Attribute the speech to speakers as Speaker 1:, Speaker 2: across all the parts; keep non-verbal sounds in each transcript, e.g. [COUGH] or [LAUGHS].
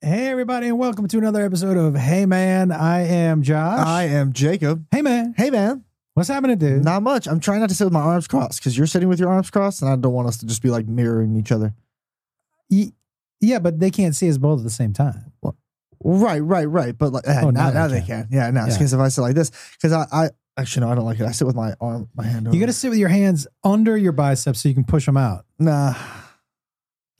Speaker 1: Hey, everybody, and welcome to another episode of Hey Man. I am Josh.
Speaker 2: I am Jacob.
Speaker 1: hey, man.
Speaker 2: Hey, man.
Speaker 1: What's happening, dude?
Speaker 2: Not much. I'm trying not to sit with my arms crossed because you're sitting with your arms crossed, and I don't want us to just be like mirroring each other.
Speaker 1: Ye- yeah, but they can't see us both at the same time.
Speaker 2: Right, right, right. But like, eh,
Speaker 1: Oh,
Speaker 2: now,
Speaker 1: now
Speaker 2: now
Speaker 1: they
Speaker 2: they
Speaker 1: can.
Speaker 2: can. Yeah, now
Speaker 1: Yeah.
Speaker 2: because if I sit like this, because I, I actually no, I don't like it. I sit with my arm, my hand. Over.
Speaker 1: You got to sit with your hands under your biceps so you can push them out.
Speaker 2: nah.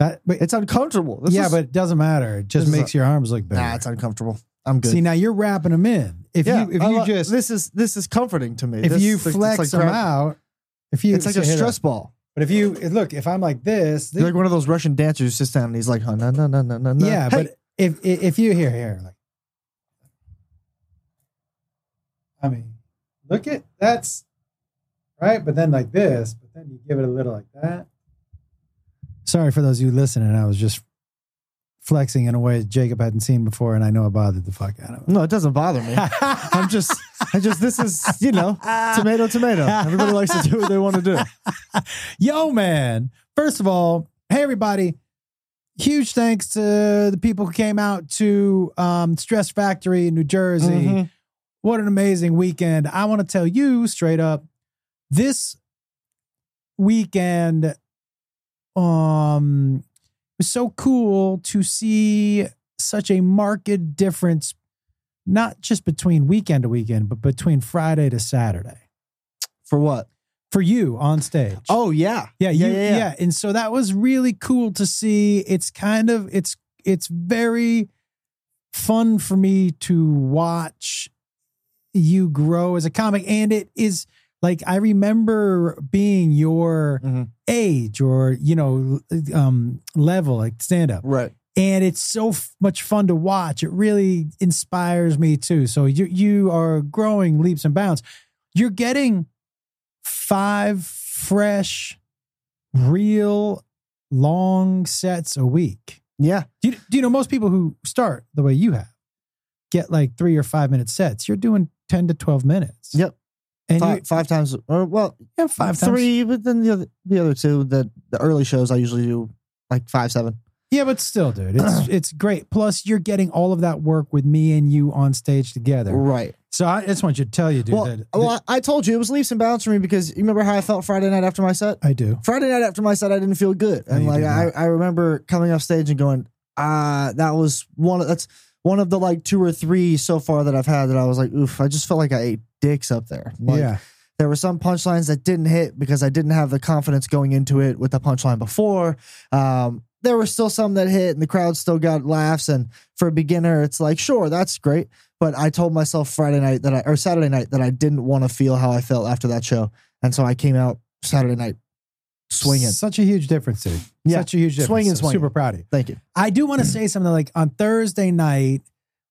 Speaker 1: That, but
Speaker 2: It's uncomfortable. This
Speaker 1: yeah,
Speaker 2: is-
Speaker 1: but it doesn't matter. It just
Speaker 2: this is
Speaker 1: makes your arms look better.
Speaker 2: nah, it's uncomfortable. I'm good.
Speaker 1: see, now you're wrapping them in. If
Speaker 2: yeah,
Speaker 1: you if
Speaker 2: I
Speaker 1: you
Speaker 2: lo-
Speaker 1: just
Speaker 2: this is this is comforting to me.
Speaker 1: if
Speaker 2: This-
Speaker 1: you
Speaker 2: it's like- it's
Speaker 1: flex
Speaker 2: like
Speaker 1: them
Speaker 2: grab-
Speaker 1: out, if you
Speaker 2: it's like
Speaker 1: so
Speaker 2: a
Speaker 1: here,
Speaker 2: stress
Speaker 1: look.
Speaker 2: ball.
Speaker 1: But if you look, if I'm like this,
Speaker 2: You're like one of those Russian dancers who sits down and he's like, huh, no, no, no, no, no, no.
Speaker 1: yeah.
Speaker 2: Hey,
Speaker 1: But if if if you here here like, I mean, look at that's right. But then like this, but then you give it a little like that. Sorry for those of you listening. I was just flexing in a way Jacob hadn't seen before, and I know I bothered the fuck out of him. [LAUGHS]
Speaker 2: no, it doesn't bother [LAUGHS] me. I'm just, I just, this is, you know, tomato, tomato. Everybody likes to do what they want
Speaker 1: [LAUGHS]
Speaker 2: to do.
Speaker 1: Yo, man. First of all, hey, everybody. Huge thanks to the people who came out to um, Stress Factory in New Jersey.
Speaker 2: Mhm.
Speaker 1: What an amazing weekend. I want to tell you straight up this weekend um it was so cool to see such a marked difference not just between weekend to weekend but between Friday to Saturday
Speaker 2: For what?
Speaker 1: for you on stage.
Speaker 2: Oh, yeah.
Speaker 1: Yeah,
Speaker 2: Yeah,
Speaker 1: you-
Speaker 2: yeah, yeah.
Speaker 1: And so that was really cool to see. It's kind of it's it's very fun for me to watch you grow as a comic and it is like I remember being your
Speaker 2: Mhm.
Speaker 1: age or you know um level like stand up
Speaker 2: Right.
Speaker 1: and it's so f- much fun to watch. It really inspires me too. So you you are growing leaps and bounds. You're getting five fresh, real, long sets a week.
Speaker 2: Yeah.
Speaker 1: Do you, do you know most people who start the way you have get like three or five minute sets? You're doing ten to twelve minutes.
Speaker 2: Yep.
Speaker 1: and
Speaker 2: Five,
Speaker 1: you
Speaker 2: five times, or well,
Speaker 1: yeah, five times.
Speaker 2: three, but then the other, the other two, the, the early shows, I usually do like five, seven.
Speaker 1: Yeah, but still, dude, it's
Speaker 2: [CLEARS THROAT]
Speaker 1: it's great. Plus, you're getting all of that work with me and you on stage together.
Speaker 2: Right.
Speaker 1: So I just want you to tell you, dude.
Speaker 2: well,
Speaker 1: that,
Speaker 2: well I, I told you it was leaps and bounds for me because you remember how I felt Friday night after my set?
Speaker 1: I do.
Speaker 2: Friday night after my set, I didn't feel good,
Speaker 1: No,
Speaker 2: and
Speaker 1: you
Speaker 2: like
Speaker 1: did
Speaker 2: I, I remember coming off stage and going, ah, that was one. Of, that's one of the like two or three so far that I've had that I was like, oof, I just felt like I ate dicks up there. Like,
Speaker 1: yeah.
Speaker 2: there were some punchlines that didn't hit because I didn't have the confidence going into it with the punchline before. Um, there were still some that hit, and the crowd still got laughs. And for a beginner, it's like, sure, that's great. But I told myself Friday night that I or Saturday night that I didn't want to feel how I felt after that show, and so I came out Saturday night swinging.
Speaker 1: Such a huge difference, dude.
Speaker 2: Yeah.
Speaker 1: Such a huge difference.
Speaker 2: Swinging,
Speaker 1: I'm
Speaker 2: swinging.
Speaker 1: Super proud of you.
Speaker 2: Thank you.
Speaker 1: I do
Speaker 2: [CLEARS THROAT]
Speaker 1: want to say something like on Thursday night,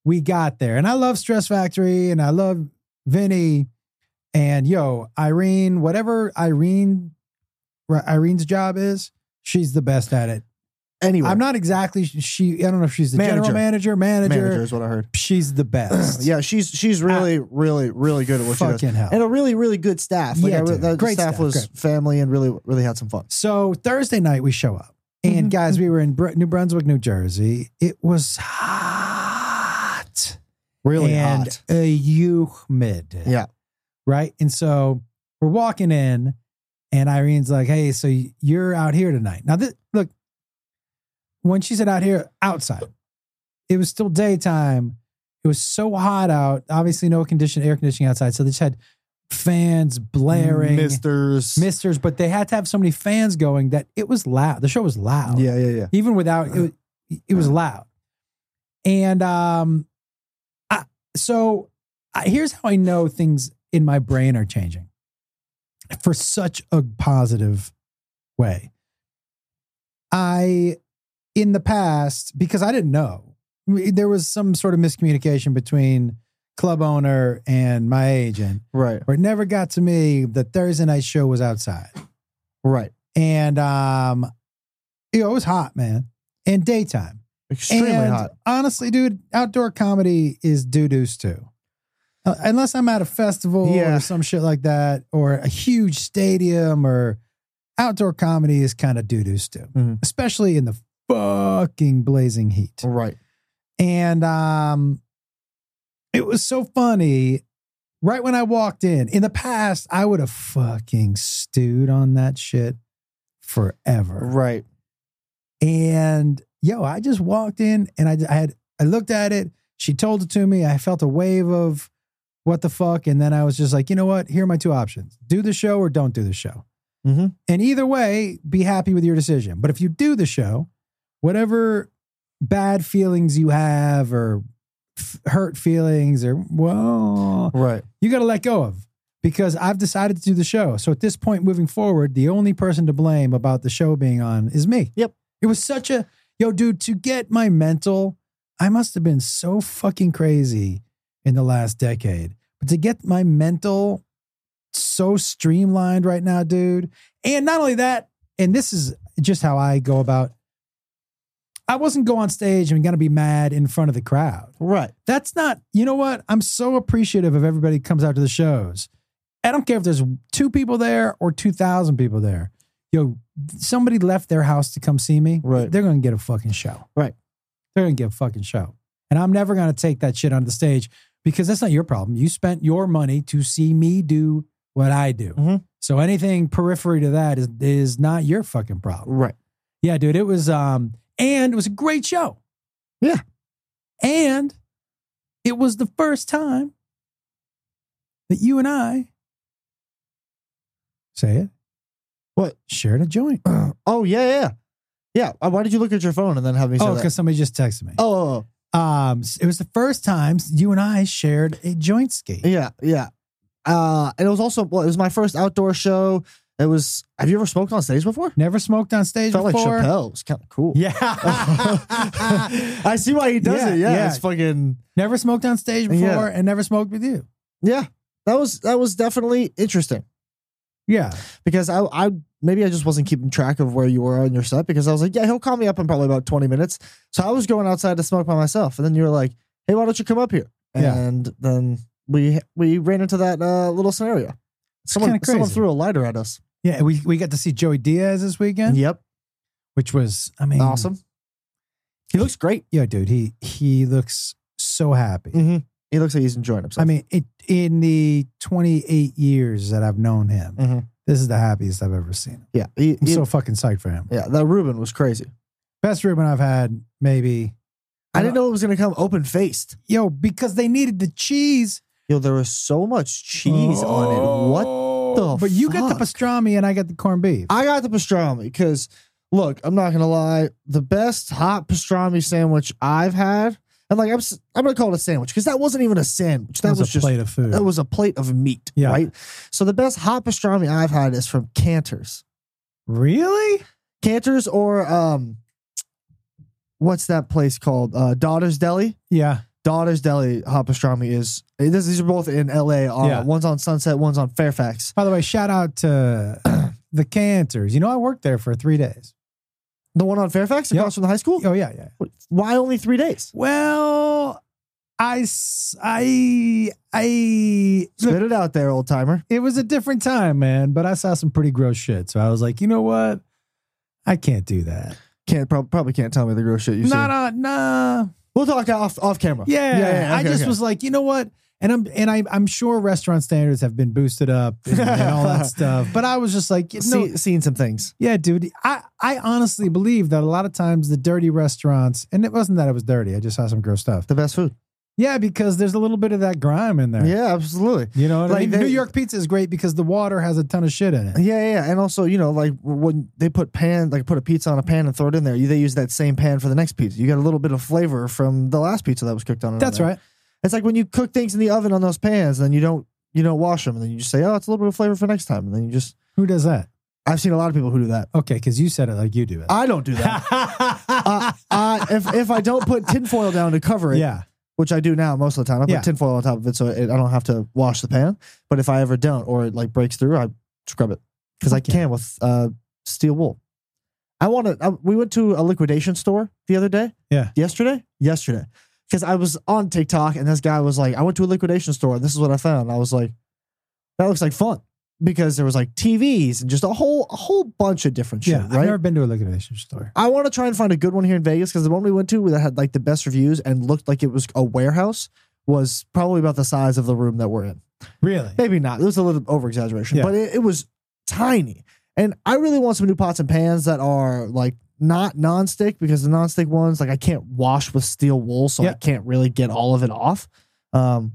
Speaker 1: we got there. And I love Stress Factory and I love Vinny and yo, Irene, whatever Irene Irene's job is, she's the best at it.
Speaker 2: Anyway,
Speaker 1: I'm not exactly she I don't know if she's the general
Speaker 2: Manager.
Speaker 1: manager, manager.
Speaker 2: manager is what I
Speaker 1: [CLEARS THROAT]
Speaker 2: heard.
Speaker 1: She's the best.
Speaker 2: [CLEARS THROAT] yeah, she's she's really, really, really good at what she does,
Speaker 1: Uh, Fucking hell.
Speaker 2: and a really, really good staff. Like
Speaker 1: Yeah,
Speaker 2: I re-
Speaker 1: dude.
Speaker 2: the
Speaker 1: Great
Speaker 2: staff,
Speaker 1: staff,
Speaker 2: was
Speaker 1: great.
Speaker 2: family and really, really had some fun.
Speaker 1: So Thursday night we show up, and
Speaker 2: Mhm.
Speaker 1: guys, we were in Br- New Brunswick, New Jersey. It was hot,
Speaker 2: Really
Speaker 1: and
Speaker 2: hot.
Speaker 1: uh, humid.
Speaker 2: Yeah.
Speaker 1: right. And so we're walking in, and Irene's like, "Hey, so you're out here tonight?" Now, this, look, when she said out here, outside, it was still daytime. It was so hot out. Obviously, no condition, air conditioning outside, so they just had fans blaring.
Speaker 2: Misters.
Speaker 1: misters, but they had to have so many fans going that it was loud. The show was loud.
Speaker 2: Yeah, yeah, yeah.
Speaker 1: Even without it, was- it was loud. And um, I, so I, here's how I know things in my brain are changing for such a positive way. I, in the past, because I didn't know, there was some sort of miscommunication between club owner and my agent
Speaker 2: Right,
Speaker 1: where it never got to me the Thursday night show was outside.
Speaker 2: right.
Speaker 1: And um you know, it was hot, man. And daytime.
Speaker 2: Extremely
Speaker 1: and
Speaker 2: hot.
Speaker 1: honestly, dude, outdoor comedy is doo-doos too. Uh, unless I'm at a festival
Speaker 2: Yeah.
Speaker 1: or some shit like that, or a huge stadium or outdoor comedy is kind of doo-doos too.
Speaker 2: Mhm.
Speaker 1: Especially in the fucking blazing heat.
Speaker 2: Right.
Speaker 1: And um, it was so funny. Right when I walked in, in the past, I would have fucking stewed on that shit forever.
Speaker 2: Right.
Speaker 1: And yo, I just walked in and I, I had I looked at it. She told it to me. I felt a wave of what the fuck, and then I was just like, you know what? Here are my two options: do the show or don't do the show.
Speaker 2: Mhm.
Speaker 1: And either way, be happy with your decision. But if you do the show, whatever bad feelings you have or f- hurt feelings or well,
Speaker 2: Right.
Speaker 1: you got to let go of because I've decided to do the show. So at this point moving forward, the only person to blame about the show being on is me.
Speaker 2: Yep.
Speaker 1: It was such a yo, dude, to get my mental, I must have been so fucking crazy in the last decade. But to get my mental so streamlined right now, dude. And not only that, and this is just how I go about I wasn't go on stage and gonna be mad in front of the crowd
Speaker 2: Right.
Speaker 1: that's not you know what i'm so appreciative of everybody who comes out to the shows i don't care if there's two people there or 2000 people there yo somebody left their house to come see me
Speaker 2: Right.
Speaker 1: they're gonna get a fucking show
Speaker 2: Right.
Speaker 1: they're gonna get a fucking show and i'm never gonna take that shit onto the stage because that's not your problem you spent your money to see me do what i do
Speaker 2: Mhm.
Speaker 1: so anything periphery to that is is not your fucking problem
Speaker 2: Right.
Speaker 1: yeah, dude, it was um and it was a great show.
Speaker 2: Yeah.
Speaker 1: And it was the first time that you and I say it.
Speaker 2: What?
Speaker 1: Shared a
Speaker 2: [CLEARS THROAT]
Speaker 1: joint.
Speaker 2: Oh yeah, yeah, yeah. Uh, Why did you look at your phone and then have me say
Speaker 1: Oh,
Speaker 2: that?
Speaker 1: because somebody just texted me.
Speaker 2: Oh, oh,
Speaker 1: Um it was the first time you and I shared a joint ski.
Speaker 2: oh, yeah, yeah. Uh, and it was also well, it was my first outdoor show. It was. Have you ever smoked on stage before?
Speaker 1: Never smoked on stage
Speaker 2: Felt
Speaker 1: before.
Speaker 2: like Chappelle. It was kind of cool.
Speaker 1: [LAUGHS] Yeah. [LAUGHS]
Speaker 2: [LAUGHS] I see why he does
Speaker 1: Yeah,
Speaker 2: it. Yeah,
Speaker 1: yeah.
Speaker 2: it's fucking.
Speaker 1: never smoked on stage before
Speaker 2: Yeah.
Speaker 1: and never smoked with you.
Speaker 2: Yeah, that was that was definitely interesting
Speaker 1: Yeah.
Speaker 2: because I I maybe I just wasn't keeping track of where you were on your set because I was like, yeah, he'll call me up in probably about twenty minutes. So I was going outside to smoke by myself, and then you were like, hey, why don't you come up here?
Speaker 1: Yeah.
Speaker 2: And then we we ran into that uh, little scenario. Someone
Speaker 1: kinda
Speaker 2: someone
Speaker 1: crazy.
Speaker 2: threw a lighter at us.
Speaker 1: Yeah. We we got to see Joey Diaz this weekend,
Speaker 2: Yep,
Speaker 1: which was I mean
Speaker 2: awesome. He looks great.
Speaker 1: Yeah, dude, he he looks so happy.
Speaker 2: Mm-hmm. He looks like he's enjoying himself.
Speaker 1: I mean, it, in the 28 years that I've known him,
Speaker 2: Mhm.
Speaker 1: this is the happiest I've ever seen him.
Speaker 2: yeah, he,
Speaker 1: I'm
Speaker 2: he-
Speaker 1: so fucking psyched for him.
Speaker 2: yeah. That Ruben was crazy.
Speaker 1: Best ribbon I've had, maybe.
Speaker 2: I didn't know it was gonna come open faced.
Speaker 1: Yo, because they needed the cheese.
Speaker 2: Yo, there was so much cheese on it. What the
Speaker 1: Oh. But you got the
Speaker 2: fuck?
Speaker 1: pastrami and I got the corned beef.
Speaker 2: I got the pastrami because, look, I'm not gonna lie, the best hot pastrami sandwich I've had, and like I'm, s- I'm gonna call it a sandwich because that wasn't even a sandwich. That, was,
Speaker 1: a
Speaker 2: just
Speaker 1: plate of food.
Speaker 2: that was a plate of meat,
Speaker 1: Yeah.
Speaker 2: right? So the best hot pastrami I've had is from Cantor's,
Speaker 1: really?
Speaker 2: Cantor's or um, what's that place called? Uh, Daughter's Deli.
Speaker 1: Yeah.
Speaker 2: Daughter's Deli hot pastrami is. This, these are both in L.A. Uh,
Speaker 1: Yeah.
Speaker 2: One's on Sunset, one's on Fairfax.
Speaker 1: By the way, shout out to [CLEARS THROAT] the Cantors. You know, I worked there for three days.
Speaker 2: The one on Fairfax
Speaker 1: Yep.
Speaker 2: across from the high school.
Speaker 1: Oh, yeah, yeah.
Speaker 2: Why only three days?
Speaker 1: Well, I, s- I, I, look,
Speaker 2: Spit it out there, old timer.
Speaker 1: it was a different time, man, but I saw some pretty gross shit. So I was like, you know what? I can't do that.
Speaker 2: Can't prob- probably can't tell me the gross shit you've
Speaker 1: Nah,
Speaker 2: seen.
Speaker 1: nah, nah.
Speaker 2: We'll talk off off camera.
Speaker 1: Yeah. I
Speaker 2: okay,
Speaker 1: just
Speaker 2: okay.
Speaker 1: was like, you know what? And I'm and I, I'm sure restaurant standards have been boosted up and, and all that stuff. But I was just like, you know,
Speaker 2: See, seeing some things.
Speaker 1: yeah, dude. I, I honestly believe that a lot of times the dirty restaurants, and it wasn't that it was dirty. I just saw some gross stuff.
Speaker 2: The best food.
Speaker 1: Yeah, because there's a little bit of that grime in there.
Speaker 2: Yeah, absolutely.
Speaker 1: You know, what I
Speaker 2: Like
Speaker 1: mean?
Speaker 2: they-
Speaker 1: New York pizza is great because the water has a ton of shit in it.
Speaker 2: Yeah, yeah, yeah, and also you know like when they put pan like put a pizza on a pan and throw it in there, you- they use that same pan for the next pizza. You got a little bit of flavor from the last pizza that was cooked on. it.
Speaker 1: That's right.
Speaker 2: It's like when you cook things in the oven on those pans, then you don't you don't wash them, and then you just say, oh, it's a little bit of flavor for next time, and then you just.
Speaker 1: Who does that?
Speaker 2: I've seen a lot of people who do that.
Speaker 1: Okay, because you said it like you do it.
Speaker 2: I don't do
Speaker 1: [LAUGHS]
Speaker 2: that. uh, uh, if if I don't put tinfoil down to cover it,
Speaker 1: Yeah.
Speaker 2: which I do now most of the time. I put
Speaker 1: Yeah.
Speaker 2: tinfoil on top of it so it, I don't have to wash the pan. But if I ever don't or it like breaks through, I scrub it because I
Speaker 1: Okay.
Speaker 2: can with uh, steel wool. I want to. I, we went to a liquidation store the other day.
Speaker 1: Yeah.
Speaker 2: Yesterday? Yesterday. Because I was on TikTok and this guy was like, I went to a liquidation store and this is what I found. And I was like, that looks like fun. because there was like TVs and just a whole a whole bunch of different shit,
Speaker 1: yeah, I've
Speaker 2: right?
Speaker 1: never been to a liquidation store.
Speaker 2: I want to try and find a good one here in Vegas because the one we went to that had like the best reviews and looked like it was a warehouse was probably about the size of the room that we're in.
Speaker 1: Really?
Speaker 2: Maybe not. It was a little over exaggeration,
Speaker 1: Yeah.
Speaker 2: but it, it was tiny. And I really want some new pots and pans that are like not nonstick because the nonstick ones, like I can't wash with steel wool, so I
Speaker 1: Yeah.
Speaker 2: can't really get all of it off. Um,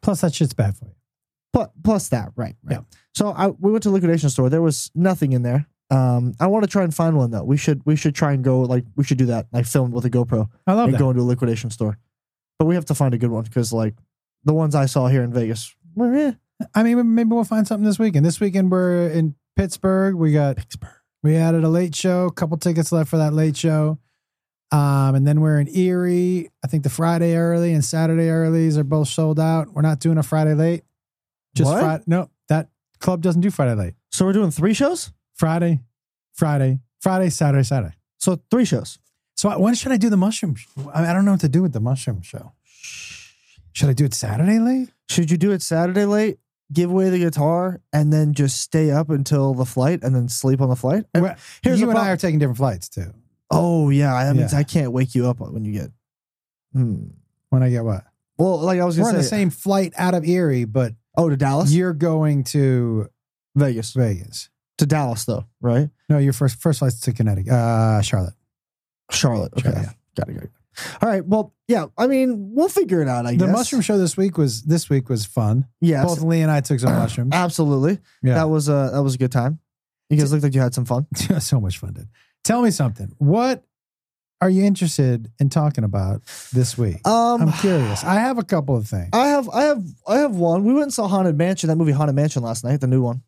Speaker 1: Plus, that shit's bad for you.
Speaker 2: plus, plus that, right? Right.
Speaker 1: Yeah.
Speaker 2: So I we went to liquidation store. There was nothing in there. Um, I want to try and find one though. We should we should try and go like we should do that like film with a GoPro
Speaker 1: I love
Speaker 2: and
Speaker 1: that.
Speaker 2: go into a liquidation store. But we have to find a good one because like the ones I saw here in Vegas, were eh.
Speaker 1: I mean, maybe we'll find something this weekend. This weekend we're in Pittsburgh. We got Pittsburgh. We added a late show. A couple tickets left for that late show. Um, and then we're in Erie. I think the Friday early and Saturday earlies are both sold out. We're not doing a Friday late. Just
Speaker 2: What?
Speaker 1: Friday. No, that club doesn't do Friday late.
Speaker 2: So we're doing three shows.
Speaker 1: Friday, Friday, Friday, Saturday, Saturday.
Speaker 2: So three shows.
Speaker 1: So I- when should I do the mushroom? sh- I, I don't know what to do with the mushroom show. Should I do it Saturday late?
Speaker 2: Should you do it Saturday late? Give away the guitar and then just stay up until the flight and then sleep on the flight. And
Speaker 1: Well,
Speaker 2: Uh, here's
Speaker 1: you
Speaker 2: the
Speaker 1: and I
Speaker 2: prob-
Speaker 1: are taking different flights too.
Speaker 2: Oh yeah, I mean
Speaker 1: Yeah.
Speaker 2: I can't wake you up when you get. Hmm.
Speaker 1: When I get what?
Speaker 2: Well, like I was
Speaker 1: We're
Speaker 2: gonna
Speaker 1: on the
Speaker 2: say,
Speaker 1: same flight out of Erie, but
Speaker 2: oh to Dallas,
Speaker 1: you're going to
Speaker 2: Vegas
Speaker 1: Vegas.
Speaker 2: to Dallas though, right?
Speaker 1: No, your first first flight's to Connecticut, uh, Charlotte.
Speaker 2: Charlotte. Okay,
Speaker 1: Charlotte, yeah.
Speaker 2: got it. Got it. All right. Well, yeah. I mean, we'll figure it out. I
Speaker 1: The
Speaker 2: guess
Speaker 1: mushroom show this week was this week was fun.
Speaker 2: Yes, Ah,
Speaker 1: Both Lee and I took some mushrooms.
Speaker 2: absolutely.
Speaker 1: Mm-hmm. Yeah,
Speaker 2: That was a that was a good time. You guys looked like you had some fun.
Speaker 1: [LAUGHS] so much fun. Dude. Tell me something. What are you interested in talking about this week? [SIGHS]
Speaker 2: Um,
Speaker 1: I'm curious. I have a couple of things.
Speaker 2: I have I have I have one. We went and saw Haunted Mansion, that movie Haunted Mansion last night, the new one.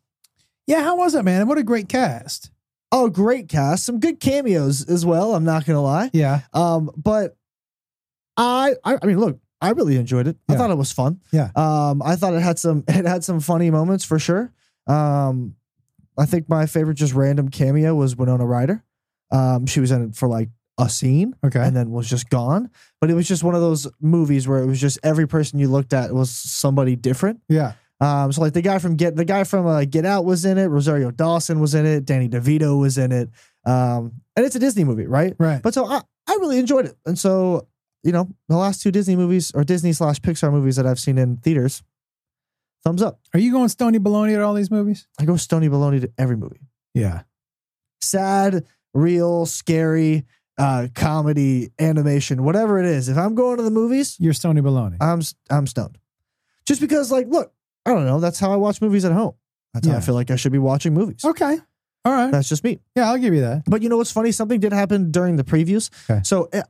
Speaker 1: yeah, how was it, man? And what a great cast.
Speaker 2: Oh, great cast. Some good cameos as well, I'm not gonna lie.
Speaker 1: Yeah,
Speaker 2: Um, but I, I, I mean, look, I really enjoyed it. I
Speaker 1: Yeah.
Speaker 2: thought it was fun.
Speaker 1: Yeah.
Speaker 2: Um, I thought it had some, [LAUGHS] it had some funny moments for sure. Um, I think my favorite just random cameo was Winona Ryder. Um, she was in it for like a scene
Speaker 1: okay.
Speaker 2: and then was just gone. But it was just one of those movies where it was just every person you looked at was somebody different.
Speaker 1: yeah,
Speaker 2: Um, so like the guy from Get the guy from uh, Get Out was in it. Rosario Dawson was in it. Danny DeVito was in it. Um, and it's a Disney movie, right?
Speaker 1: right.
Speaker 2: But so I, I really enjoyed it. And so, you know, the last two Disney movies or Disney slash Pixar movies that I've seen in theaters, thumbs up.
Speaker 1: are you going Stony Baloney at all these movies?
Speaker 2: I go Stony Baloney to every movie.
Speaker 1: Yeah.
Speaker 2: Sad, real, scary, uh, comedy, animation, whatever it is. If I'm going to the movies,
Speaker 1: You're Stony Baloney.
Speaker 2: I'm I'm stoned. Just because, like, look, I don't know. That's how I watch movies at home. That's how I
Speaker 1: Yeah.
Speaker 2: feel like I should be watching movies.
Speaker 1: okay. All right.
Speaker 2: That's just me.
Speaker 1: yeah, I'll give you that.
Speaker 2: But you know what's funny? Something did happen during the previews.
Speaker 1: Okay.
Speaker 2: So eh,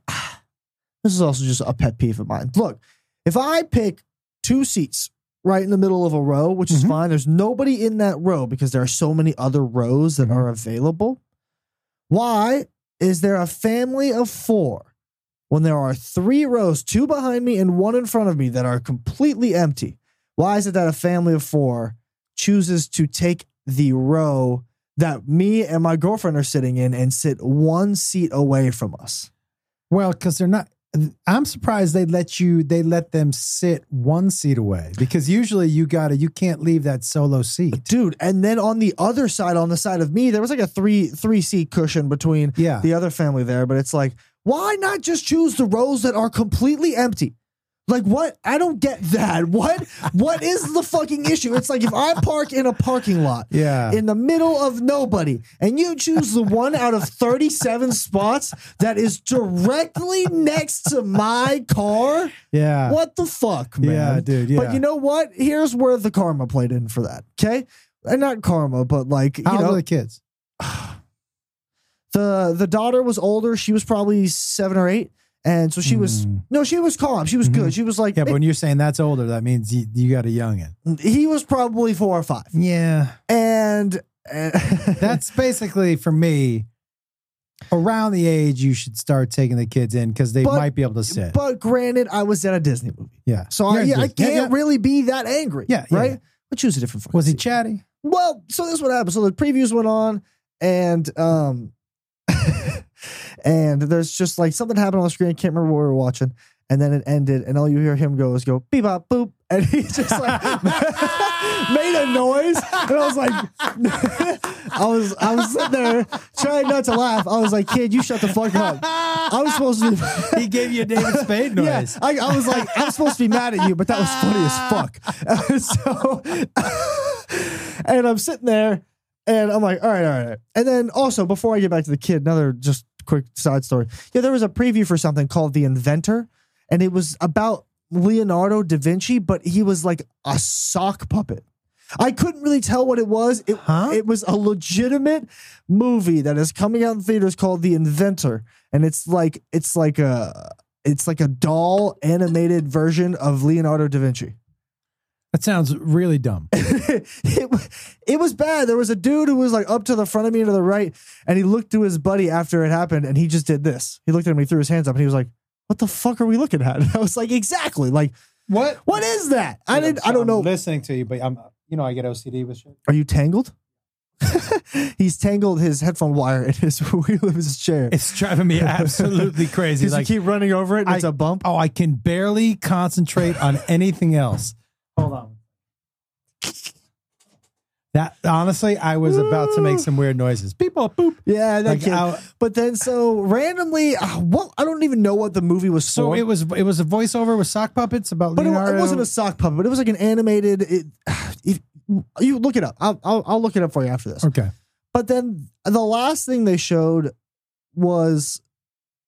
Speaker 2: this is also just a pet peeve of mine. Look, if I pick two seats right in the middle of a row, which is
Speaker 1: Mhm.
Speaker 2: fine, there's nobody in that row because there are so many other rows that
Speaker 1: Mhm.
Speaker 2: are available. Why is there a family of four when there are three rows, two behind me and one in front of me, that are completely empty? Why is it that a family of four chooses to take the row that me and my girlfriend are sitting in and sit one seat away from us.
Speaker 1: Well, because they're not. I'm surprised they let you. They let them sit one seat away because usually you gotta. You can't leave that solo seat.
Speaker 2: Dude, and then on the other side, on the side of me, there was like a three three seat cushion between
Speaker 1: Yeah.
Speaker 2: the other family there, but it's like, why not just choose the rows that are completely empty? Like what? I don't get that. [LAUGHS] What what is the fucking issue? It's like if I park in a parking lot
Speaker 1: Yeah.
Speaker 2: in the middle of nobody and you choose the one out of 37 spots that is directly next to my car,
Speaker 1: yeah.
Speaker 2: What the fuck, man?
Speaker 1: Yeah, dude, yeah.
Speaker 2: But you know what? Here's where the karma played in for that. Okay, and not karma, but like you
Speaker 1: How old
Speaker 2: know,
Speaker 1: are the kids?
Speaker 2: the the daughter was older. She was probably seven or eight, and so she was
Speaker 1: Mm.
Speaker 2: no, she was calm. She was
Speaker 1: Mhm.
Speaker 2: good. She was like,
Speaker 1: Yeah, but when you're saying that's older, that means you, you got a youngin.
Speaker 2: he was probably four or five,
Speaker 1: Yeah.
Speaker 2: and
Speaker 1: [LAUGHS]
Speaker 2: that's
Speaker 1: That's basically for me. Around the age you should start taking the kids in because they
Speaker 2: But-
Speaker 1: might be able to sit.
Speaker 2: [LAUGHS] But granted, I was at a Disney movie,
Speaker 1: yeah.
Speaker 2: so I,
Speaker 1: You're
Speaker 2: yeah, I
Speaker 1: good. Yeah,
Speaker 2: can't
Speaker 1: yeah.
Speaker 2: really be that angry.
Speaker 1: Yeah, yeah,
Speaker 2: right.
Speaker 1: yeah.
Speaker 2: But choose a different. fucking
Speaker 1: Was he
Speaker 2: seat.
Speaker 1: chatty?
Speaker 2: Well, so this is what happened. So the previews went on, and [LAUGHS] um, and there's just like something happened on the screen. I can't remember what we were watching, And then it ended, and all you hear him go is go bebop boop, and he just like [LAUGHS] made a noise, and I was like, [LAUGHS] I was I was sitting there trying not to laugh. I was like, kid, you shut the fuck up. I was supposed to.
Speaker 1: [LAUGHS]
Speaker 2: Be-
Speaker 1: he gave you a [LAUGHS] David Spade noise.
Speaker 2: yeah, I, I was like, I'm supposed to be mad at you, but that was funny as fuck. And [LAUGHS] so, and I'm sitting there, and I'm like, all right, all right. And then also, before I get back to the kid, another just quick side story. Yeah, there was a preview for something called The Inventor, and it was about Leonardo da Vinci, but he was like a sock puppet. I couldn't really tell what it was. It,
Speaker 1: Huh?
Speaker 2: it was a legitimate movie that is coming out in theaters called The Inventor, and it's like it's like a it's like a doll animated version of Leonardo da Vinci. [LAUGHS]
Speaker 1: That sounds really dumb.
Speaker 2: it, wa- it was bad. There was a dude who was like up to the front of me and to the right, and he looked to his buddy after it happened, and he just did this. He looked at him, he threw his hands up, and he was like, "What the fuck are we looking at?" [LAUGHS] And I was like, "Exactly. Like,
Speaker 1: What?
Speaker 2: what is that? I didn't. I don't know.
Speaker 1: listening to you, but I'm, you know, I get OCD with shit.
Speaker 2: Are you tangled?" [LAUGHS] He's tangled his headphone wire in his [LAUGHS] wheel of his chair.
Speaker 1: It's driving me [LAUGHS] absolutely crazy.
Speaker 2: Because
Speaker 1: like,
Speaker 2: you keep running over it, and
Speaker 1: I-
Speaker 2: it's a bump.
Speaker 1: oh, I can barely concentrate on anything else.
Speaker 2: Hold on.
Speaker 1: That honestly, I was about to make some weird noises. Beep, boop, boop.
Speaker 2: Yeah, that
Speaker 1: Like,
Speaker 2: kid.
Speaker 1: I'll-
Speaker 2: But then, so randomly, uh, what? I don't even know what the movie was
Speaker 1: So
Speaker 2: for.
Speaker 1: it was it was a voiceover with sock puppets about
Speaker 2: But it,
Speaker 1: Leonardo.
Speaker 2: it wasn't a sock puppet. But it was like an animated. It, [SIGHS] if, you look it up. I'll, I'll I'll look it up for you after this.
Speaker 1: okay.
Speaker 2: But then the last thing they showed was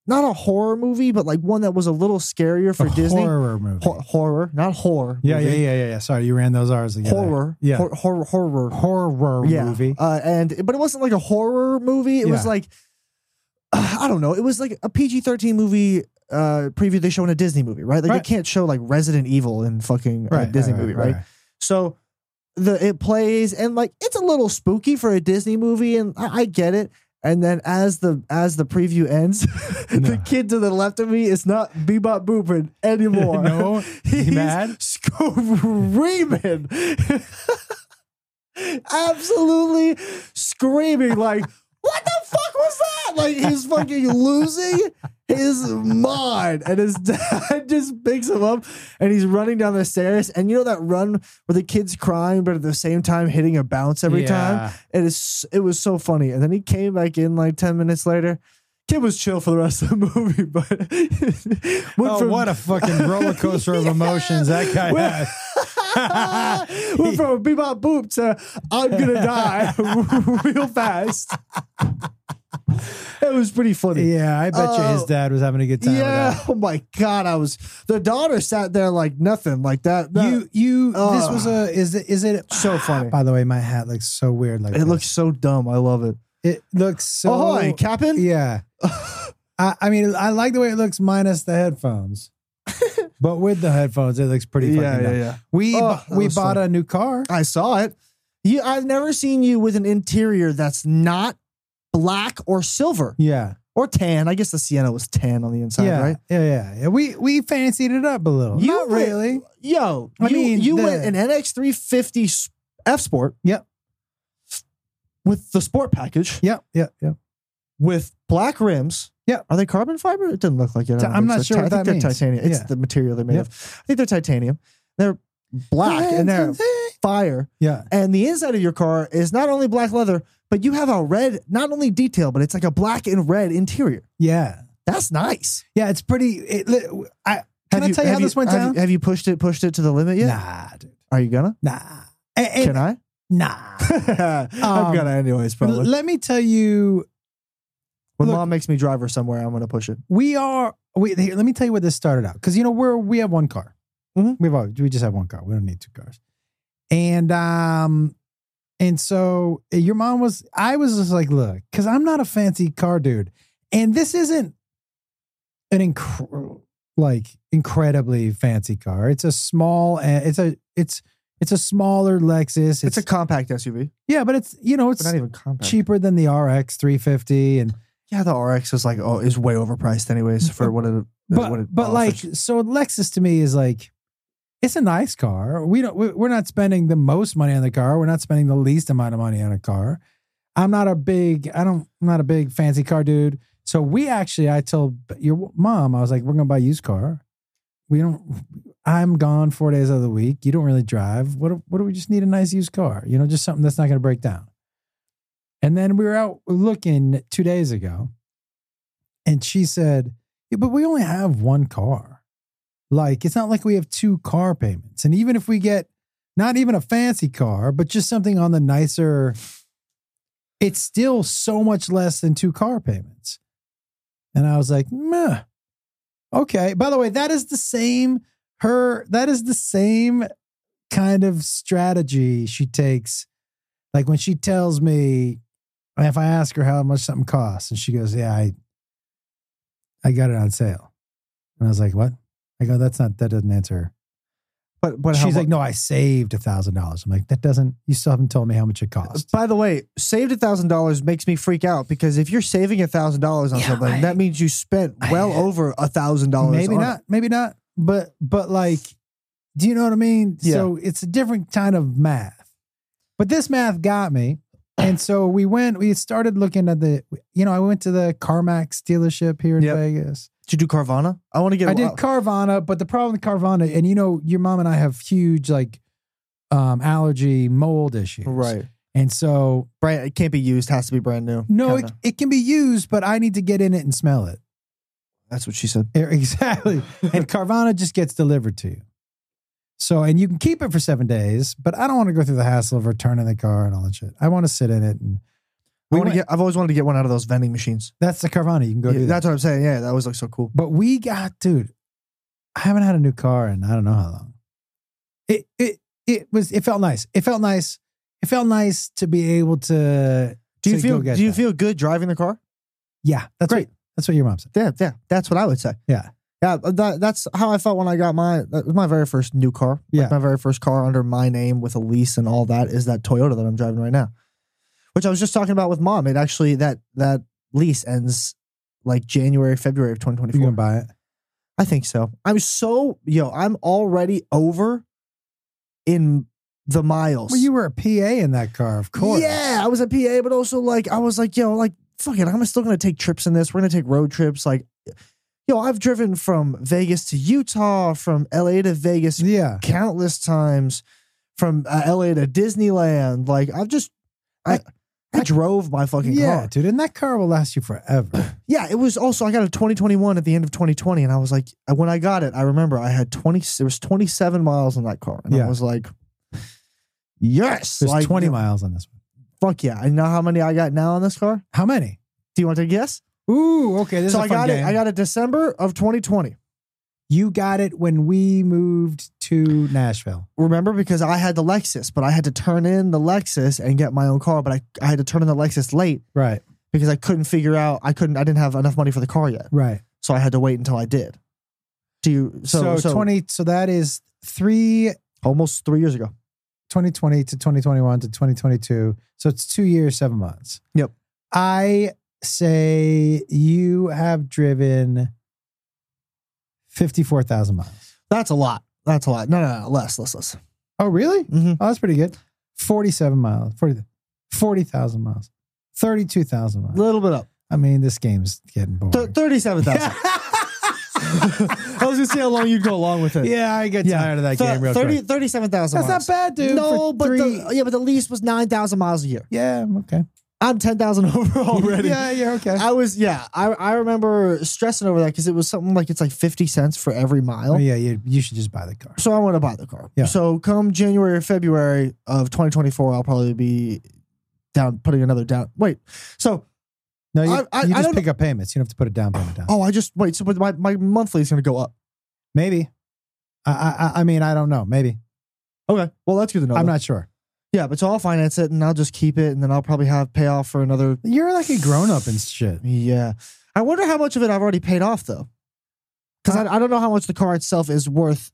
Speaker 2: not a horror movie, but like one that was a little scarier for
Speaker 1: a
Speaker 2: Disney.
Speaker 1: horror movie.
Speaker 2: Ho- horror, not horror.
Speaker 1: yeah, yeah,
Speaker 2: movie.
Speaker 1: yeah, yeah, yeah. Sorry, you ran those R's together.
Speaker 2: Horror.
Speaker 1: Yeah.
Speaker 2: Hor- horror. Horror.
Speaker 1: horror
Speaker 2: yeah.
Speaker 1: movie.
Speaker 2: Uh, and but it wasn't like a horror movie. It was
Speaker 1: Yeah.
Speaker 2: like [SIGHS] I don't know. It was like a PG thirteen movie uh, preview they show in a Disney movie, right? Like
Speaker 1: Right.
Speaker 2: they can't show like Resident Evil in fucking uh, Disney movie, right? So the it plays and like it's a little spooky for a Disney movie, and I, I get it. And then as the as the preview ends, [LAUGHS]
Speaker 1: No.
Speaker 2: the kid to the left of me is not bebop [LAUGHS] booping
Speaker 1: [LAUGHS]
Speaker 2: anymore.
Speaker 1: No? He
Speaker 2: [LAUGHS] he's
Speaker 1: mad?
Speaker 2: screaming, [LAUGHS] absolutely screaming like. What the fuck was that? Like he's fucking losing his mind, and his [LAUGHS] dad just picks him up, and he's running down the stairs. And you know that run where the kid's crying, but at the same time hitting a bounce every time. It is. It was so funny. And then he came back in like ten minutes later. Kid was chill for the rest of the [LAUGHS] movie, but went
Speaker 1: Oh,
Speaker 2: from-
Speaker 1: what a fucking roller coaster
Speaker 2: [LAUGHS]
Speaker 1: of emotions that guy
Speaker 2: Went-
Speaker 1: had.
Speaker 2: [LAUGHS] went from bebop boop to I'm
Speaker 1: [LAUGHS]
Speaker 2: gonna die [LAUGHS] real fast. It was pretty funny.
Speaker 1: Yeah, I bet you his
Speaker 2: Oh.
Speaker 1: dad was having a good time. with
Speaker 2: Yeah.
Speaker 1: that.
Speaker 2: Oh my god, I was the daughter sat there like nothing, like that. that-
Speaker 1: You you this
Speaker 2: Oh.
Speaker 1: was a is it is it
Speaker 2: So funny.
Speaker 1: By the way, my hat looks so weird like
Speaker 2: it
Speaker 1: this.
Speaker 2: looks so dumb. I love it. Oh,
Speaker 1: it looks so
Speaker 2: Ahoy, [LAUGHS] Captain.
Speaker 1: Oh, Yeah. I, I mean, I like the way it looks minus the
Speaker 2: [LAUGHS]
Speaker 1: headphones. but with the headphones, it looks pretty fucking
Speaker 2: yeah, yeah,
Speaker 1: dumb.
Speaker 2: yeah.
Speaker 1: We
Speaker 2: Oh,
Speaker 1: bu-
Speaker 2: that
Speaker 1: we
Speaker 2: was
Speaker 1: bought
Speaker 2: fun.
Speaker 1: a new car.
Speaker 2: I saw it. You, I've never seen you with an interior that's not black or silver
Speaker 1: Yeah.
Speaker 2: or tan. I guess the Sienna was tan on the inside,
Speaker 1: yeah,
Speaker 2: right?
Speaker 1: yeah. Yeah. Yeah. We we fancied it up a little.
Speaker 2: You
Speaker 1: Not
Speaker 2: went-
Speaker 1: really.
Speaker 2: Yo,
Speaker 1: I
Speaker 2: you,
Speaker 1: mean,
Speaker 2: you
Speaker 1: the-
Speaker 2: went an NX 350 F Sport.
Speaker 1: Yep.
Speaker 2: With the sport package
Speaker 1: Yep. Yep. Yep.
Speaker 2: with black rims.
Speaker 1: Yep.
Speaker 2: Are they carbon fiber? It didn't look like it. I
Speaker 1: Ti-
Speaker 2: don't
Speaker 1: I'm
Speaker 2: think
Speaker 1: not
Speaker 2: so.
Speaker 1: sure
Speaker 2: Ti-
Speaker 1: what
Speaker 2: I think
Speaker 1: that
Speaker 2: they're
Speaker 1: means.
Speaker 2: titanium. It's
Speaker 1: Yeah.
Speaker 2: the material they're made
Speaker 1: Yep.
Speaker 2: of. I think they're titanium. They're black and they're fire.
Speaker 1: Yeah.
Speaker 2: and the inside of your car is not only black leather, but you have a red, not only detail, but it's like a black and red interior.
Speaker 1: Yeah.
Speaker 2: That's nice.
Speaker 1: Yeah. It's pretty. It, li- I can I tell you how this went
Speaker 2: have
Speaker 1: down?
Speaker 2: You, have you pushed it, pushed it to the limit yet?
Speaker 1: Nah, dude.
Speaker 2: Are you gonna?
Speaker 1: Nah. And- and-
Speaker 2: Can I?
Speaker 1: nah.
Speaker 2: [LAUGHS] I'm gonna anyways,
Speaker 1: Um, L-
Speaker 2: probably.
Speaker 1: let me tell you
Speaker 2: when
Speaker 1: look-
Speaker 2: mom makes me drive her somewhere, I'm gonna push it.
Speaker 1: we are we here, let me tell you where this started out because you know we're we have one car
Speaker 2: Mhm.
Speaker 1: we've always, we just have one car we don't need two cars and um and so uh, your mom was i was just like look because i'm not a fancy car dude and this isn't an inc- like incredibly fancy car it's a small uh, it's a it's it's a smaller lexus it's,
Speaker 2: It's, a compact SUV,
Speaker 1: yeah but it's you know
Speaker 2: but
Speaker 1: it's
Speaker 2: not even compact.
Speaker 1: cheaper than the rx 350 and
Speaker 2: Yeah, the RX is like oh, is way overpriced anyways for what it.
Speaker 1: but
Speaker 2: what it
Speaker 1: but like
Speaker 2: offers.
Speaker 1: so lexus to me is like it's a nice car we don't we- we're not spending the most money on the car we're not spending the least amount of money on a car i'm not a big i don't i'm not a big fancy car dude so we actually i told your mom i was like we're gonna buy a used car we don't. I'm gone four days out of the week. You don't really drive. What? do- What do we just need a nice used car? You know, just something that's not going to break down. And then we were out looking two days ago, and she said, yeah, "But we only have one car. Like it's not like we have two car payments. And even if we get not even a fancy car, but just something on the nicer, it's still so much less than two car payments." And I was like, "Meh." Okay. By the way, that is the same her that is the same kind of strategy she takes. Like when she tells me if I ask her how much something costs and she goes, "Yeah, I I got it on sale." And I was like, "What?" I go, "That's not that doesn't answer."
Speaker 2: But but how
Speaker 1: She's
Speaker 2: mu-
Speaker 1: like, "No, I saved a $1000." I'm like, "That doesn't you still haven't told me how much it
Speaker 2: Uh,
Speaker 1: costs."
Speaker 2: By the way, saved a thousand dollars makes me freak out because if you're saving a thousand dollars on
Speaker 1: Yeah,
Speaker 2: something,
Speaker 1: I-
Speaker 2: that means you spent well
Speaker 1: I-
Speaker 2: over a thousand dollars.
Speaker 1: Maybe
Speaker 2: on
Speaker 1: not. Maybe not. But but like, do you know what I mean?
Speaker 2: Yeah.
Speaker 1: So it's a different kind of math. But this math got me, and so we went. We started looking at the. You know, I went to the CarMax dealership here in
Speaker 2: Yep.
Speaker 1: Vegas.
Speaker 2: It. Did you do Carvana? I want to get.
Speaker 1: I did Carvana, but the problem with Carvana, and you know, your mom and I have huge like um allergy mold issues,
Speaker 2: right.
Speaker 1: And so
Speaker 2: Brand. It can't be used. Has to be brand new.
Speaker 1: no, it,
Speaker 2: Kinda.
Speaker 1: it can be used, but I need to get in it and smell it. [LAUGHS]
Speaker 2: that's what she said.
Speaker 1: Yeah, Exactly.
Speaker 2: [LAUGHS]
Speaker 1: and Carvana just gets delivered to you. So, and you can keep it for seven days, but I don't want to go through the hassle of returning the car and all that shit. I want to sit in it. And
Speaker 2: I
Speaker 1: we
Speaker 2: want to
Speaker 1: went-
Speaker 2: get. I've always wanted to get one out of those vending machines.
Speaker 1: that's the Carvana. You can go
Speaker 2: Yeah,
Speaker 1: do that.
Speaker 2: that's what I'm saying. Yeah, that always looks so cool.
Speaker 1: But we got, dude, I haven't had a new car in I don't know how long. It, it, it was, it felt nice. It felt nice. It felt nice to be able to,
Speaker 2: Do you
Speaker 1: to
Speaker 2: feel?
Speaker 1: go get
Speaker 2: Do you
Speaker 1: that.
Speaker 2: feel good driving the car?
Speaker 1: yeah, that's
Speaker 2: Great.
Speaker 1: What, that's what your mom said.
Speaker 2: Yeah, yeah. That's what I would say.
Speaker 1: Yeah.
Speaker 2: Yeah, that, that's how I felt when I got my that was my very first new car. Like,
Speaker 1: Yeah.
Speaker 2: my very first car under my name with a lease and all that is that Toyota that I'm driving right now. Which I was just talking about with mom. It actually that that lease ends like January, February of
Speaker 1: You going to
Speaker 2: 2024.
Speaker 1: buy it?
Speaker 2: I think so. I'm so yo, I'm already over in the miles.
Speaker 1: Well, you were a PA in that car, of course.
Speaker 2: Yeah, I was a PA, but also like I was like, yo, like fuck it, I'm still gonna take trips in this. We're gonna take road trips. Like, yo, I've driven from Vegas to Utah, from LA to Vegas
Speaker 1: Yeah.
Speaker 2: countless times, from uh, LA to Disneyland. Like, I've just, I,
Speaker 1: I-
Speaker 2: I, drove my fucking
Speaker 1: yeah,
Speaker 2: car.
Speaker 1: dude. And that car will last you forever. [CLEARS THROAT]
Speaker 2: Yeah, it was also I got a 2021 at the end of 2020, and I was like, uh, when I got it, I remember I had 20. There was 27 miles on that car, and
Speaker 1: Yeah.
Speaker 2: I was like. Yes,
Speaker 1: There's
Speaker 2: like,
Speaker 1: 20 miles on this one.
Speaker 2: Fuck yeah! I know how many I got now on this car.
Speaker 1: How many?
Speaker 2: Do you want to take a guess?
Speaker 1: Ooh, okay. This
Speaker 2: so
Speaker 1: is a
Speaker 2: I
Speaker 1: fun
Speaker 2: got it.
Speaker 1: game.
Speaker 2: I got it December of 2020.
Speaker 1: you got it when we moved to Nashville.
Speaker 2: Remember, because I had the Lexus, but I had to turn in the Lexus and get my own car. But I, I had to turn in the Lexus late
Speaker 1: Right,
Speaker 2: because I couldn't figure out. I couldn't. I didn't have enough money for the car yet,
Speaker 1: right.
Speaker 2: so I had to wait until I did. Do you?
Speaker 1: So,
Speaker 2: So, so
Speaker 1: 20, so that is three,
Speaker 2: almost three years ago.
Speaker 1: 2020 to 2021 to 2022. So it's two years, seven months.
Speaker 2: Yep.
Speaker 1: I say you have driven 54,000 miles.
Speaker 2: That's a lot. That's a lot. No, no, no. Less, less, less.
Speaker 1: Oh, really?
Speaker 2: Mm-hmm.
Speaker 1: Oh, that's pretty good. 47 miles, 40 40,000 miles, 32,000
Speaker 2: A
Speaker 1: miles.
Speaker 2: little bit up.
Speaker 1: I mean, this game's getting boring.
Speaker 2: Th- Thirty-seven thousand. I was gonna see how long you'd go along with
Speaker 1: [LAUGHS]
Speaker 2: it.
Speaker 1: yeah, I get
Speaker 2: Yeah.
Speaker 1: tired of that
Speaker 2: Th-
Speaker 1: game real
Speaker 2: 30
Speaker 1: quick.
Speaker 2: 37,000
Speaker 1: That's not
Speaker 2: miles.
Speaker 1: bad, dude.
Speaker 2: No,
Speaker 1: for
Speaker 2: but
Speaker 1: three-
Speaker 2: the, yeah, but the lease was nine thousand miles a year.
Speaker 1: yeah, okay.
Speaker 2: I'm ten thousand [LAUGHS] over already.
Speaker 1: [LAUGHS] Yeah, yeah, okay.
Speaker 2: I was yeah. I I remember stressing over that because it was something like it's like fifty cents for every mile.
Speaker 1: Oh, yeah, you, you should just buy the car.
Speaker 2: So I want to buy the car.
Speaker 1: Yeah.
Speaker 2: So come January or February of 2024, I'll probably be down putting another down. Wait. So
Speaker 1: No, you,
Speaker 2: I- I-
Speaker 1: you
Speaker 2: I
Speaker 1: just
Speaker 2: don't-
Speaker 1: pick up payments. You don't have to put a down payment down.
Speaker 2: oh, I just wait. So but my my monthly is going to go up.
Speaker 1: Maybe. I, I, I- I mean, I don't know. Maybe.
Speaker 2: Okay. Well, that's good to know.
Speaker 1: I'm
Speaker 2: then.
Speaker 1: not sure.
Speaker 2: Yeah, but so I'll finance it and I'll just keep it and then I'll probably have payoff for another.
Speaker 1: You're like a grown up and shit.
Speaker 2: Yeah. I wonder how much of it I've already paid off though, because I, I don't know how much the car itself is worth.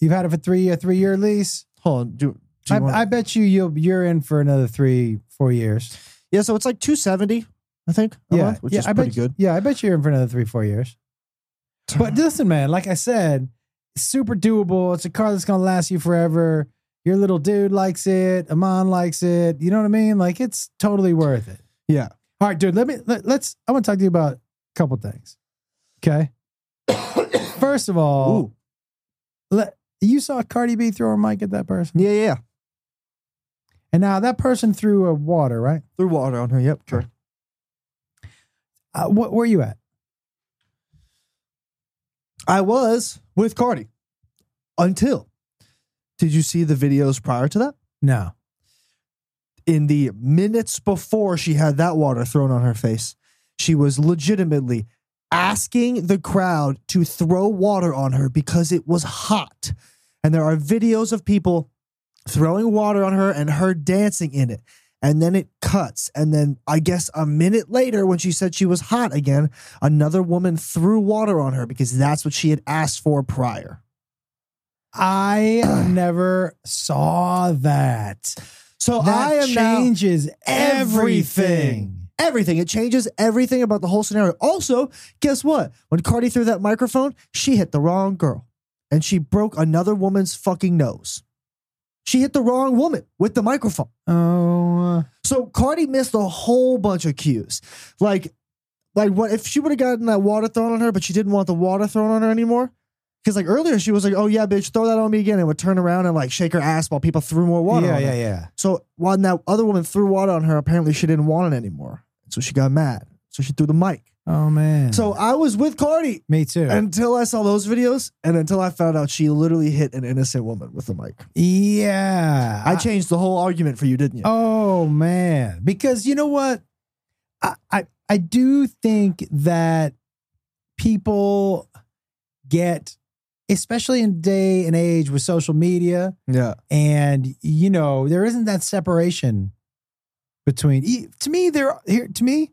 Speaker 1: You've had it for three a three year lease.
Speaker 2: Hold on. Do, do
Speaker 1: I,
Speaker 2: you wanna-
Speaker 1: I bet you you'll, you're in for another three, four years.
Speaker 2: Yeah, so it's like 270, I think. A
Speaker 1: yeah,
Speaker 2: month, Oh, which
Speaker 1: yeah,
Speaker 2: is
Speaker 1: I
Speaker 2: pretty
Speaker 1: bet,
Speaker 2: good.
Speaker 1: Yeah, I bet you're in for another three, four years.
Speaker 2: [SIGHS]
Speaker 1: But listen, man, like I said, super doable. It's a car that's gonna last you forever. Your little dude likes it. Amon likes it. You know what I mean? Like it's totally worth it.
Speaker 2: Yeah.
Speaker 1: All
Speaker 2: [COUGHS]
Speaker 1: right, dude. Let me let, let's. I want to talk to you about a couple things. Okay. First of all,
Speaker 2: Ooh.
Speaker 1: let- you saw Cardi B throw a mic at that person.
Speaker 2: Yeah, yeah, yeah.
Speaker 1: And now that person threw a water, right?
Speaker 2: Threw water on her. Yep. Sure.
Speaker 1: Uh, what were you at?
Speaker 2: I was with Cardi until. Did you see the videos prior to that?
Speaker 1: No.
Speaker 2: In the minutes before she had that water thrown on her face, she was legitimately asking the crowd to throw water on her because it was hot. And there are videos of people throwing water on her and her dancing in it. And then it cuts. And then I guess a minute later, when she said she was hot again, another woman threw water on her because that's what she had asked for prior. [CLEARS THROAT]
Speaker 1: I never saw that.
Speaker 2: So
Speaker 1: That
Speaker 2: I am now
Speaker 1: changes everything.
Speaker 2: everything. It changes everything about the whole scenario. Also, guess what? When Cardi threw that microphone, she hit the wrong girl and she broke another woman's fucking nose. She hit the wrong woman with the microphone.
Speaker 1: Oh,
Speaker 2: So Cardi missed a whole bunch of cues. Like, like what if she would have gotten that water thrown on her, but she didn't want the water thrown on her anymore? Because like earlier she was like, "Oh yeah, bitch, throw that on me again," and would turn around and like shake her ass while people threw more water.
Speaker 1: yeah,
Speaker 2: on her.
Speaker 1: yeah, yeah.
Speaker 2: So when that other woman threw water on her, apparently she didn't want it anymore. So she got mad. So she threw the mic.
Speaker 1: Oh man.
Speaker 2: So I was with Cardi
Speaker 1: me too.
Speaker 2: until I saw those videos and until I found out she literally hit an innocent woman with the mic.
Speaker 1: yeah.
Speaker 2: I changed the whole argument for you, didn't you?
Speaker 1: Ah. Oh man, because you know what, I I, I do think that people get, especially in day and age with social media,
Speaker 2: yeah.
Speaker 1: and you know there isn't that separation between. e- To me, there here to me,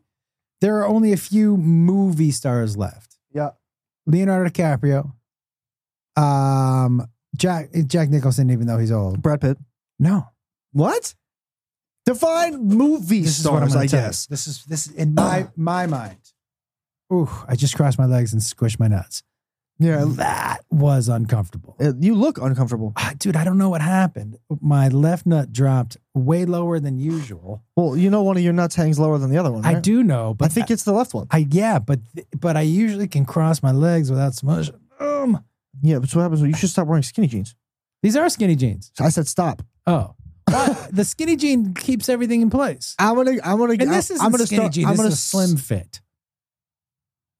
Speaker 1: there are only a few movie stars left.
Speaker 2: Yeah.
Speaker 1: Leonardo DiCaprio, um, Jack Jack Nicholson, even though he's old.
Speaker 2: Brad Pitt.
Speaker 1: No,
Speaker 2: What? Define movie
Speaker 1: this is what I'm
Speaker 2: stars,
Speaker 1: gonna
Speaker 2: I
Speaker 1: tell you.
Speaker 2: guess.
Speaker 1: This is this is in
Speaker 2: [CLEARS THROAT]
Speaker 1: my my mind. Ooh, I just crossed my legs and squished my nuts. Mm.
Speaker 2: Yeah.
Speaker 1: That was uncomfortable.
Speaker 2: Uh, You look uncomfortable.
Speaker 1: Ah, dude, I don't know what happened. My left nut dropped way lower than usual.
Speaker 2: Well, you know one of your nuts hangs lower than the other one.
Speaker 1: I
Speaker 2: right?
Speaker 1: do know, but
Speaker 2: I think it's the left one.
Speaker 1: I yeah, but but I usually can cross my legs without smushing. Um,
Speaker 2: Yeah, but what happens? You should stop wearing skinny jeans.
Speaker 1: these are skinny jeans.
Speaker 2: I said stop. [LAUGHS]
Speaker 1: Oh, Why? the skinny jean keeps everything in place.
Speaker 2: I'm gonna. I'm gonna.
Speaker 1: And this is
Speaker 2: I'm gonna
Speaker 1: skinny
Speaker 2: start.
Speaker 1: jean.
Speaker 2: I'm
Speaker 1: this
Speaker 2: gonna
Speaker 1: is a slim fit.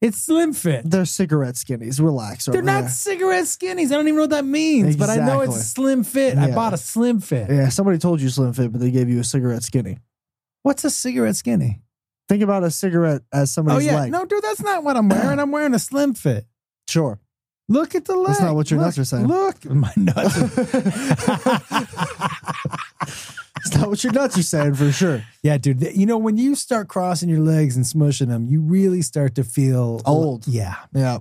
Speaker 1: It's slim fit.
Speaker 2: They're cigarette skinnies. Relax.
Speaker 1: They're
Speaker 2: over
Speaker 1: not
Speaker 2: there.
Speaker 1: cigarette skinnies. I don't even know what that means, but I know it's a
Speaker 2: Exactly.
Speaker 1: slim fit. I
Speaker 2: Yeah.
Speaker 1: bought a slim fit.
Speaker 2: Yeah, somebody told you slim fit, but they gave you a cigarette skinny.
Speaker 1: What's a cigarette skinny?
Speaker 2: Think about a cigarette as
Speaker 1: oh
Speaker 2: somebody's
Speaker 1: yeah,
Speaker 2: leg.
Speaker 1: no, dude, that's not what I'm wearing. I'm wearing a slim fit.
Speaker 2: Sure. [LAUGHS]
Speaker 1: Look at the leg.
Speaker 2: That's not what your
Speaker 1: look,
Speaker 2: nuts are saying.
Speaker 1: Look, my nuts. are- [LAUGHS]
Speaker 2: [LAUGHS] it's not what your nuts are saying for sure.
Speaker 1: yeah, dude. th- You know when you start crossing your legs and smushing them, you really start to feel
Speaker 2: Old.
Speaker 1: Yeah,
Speaker 2: Yeah.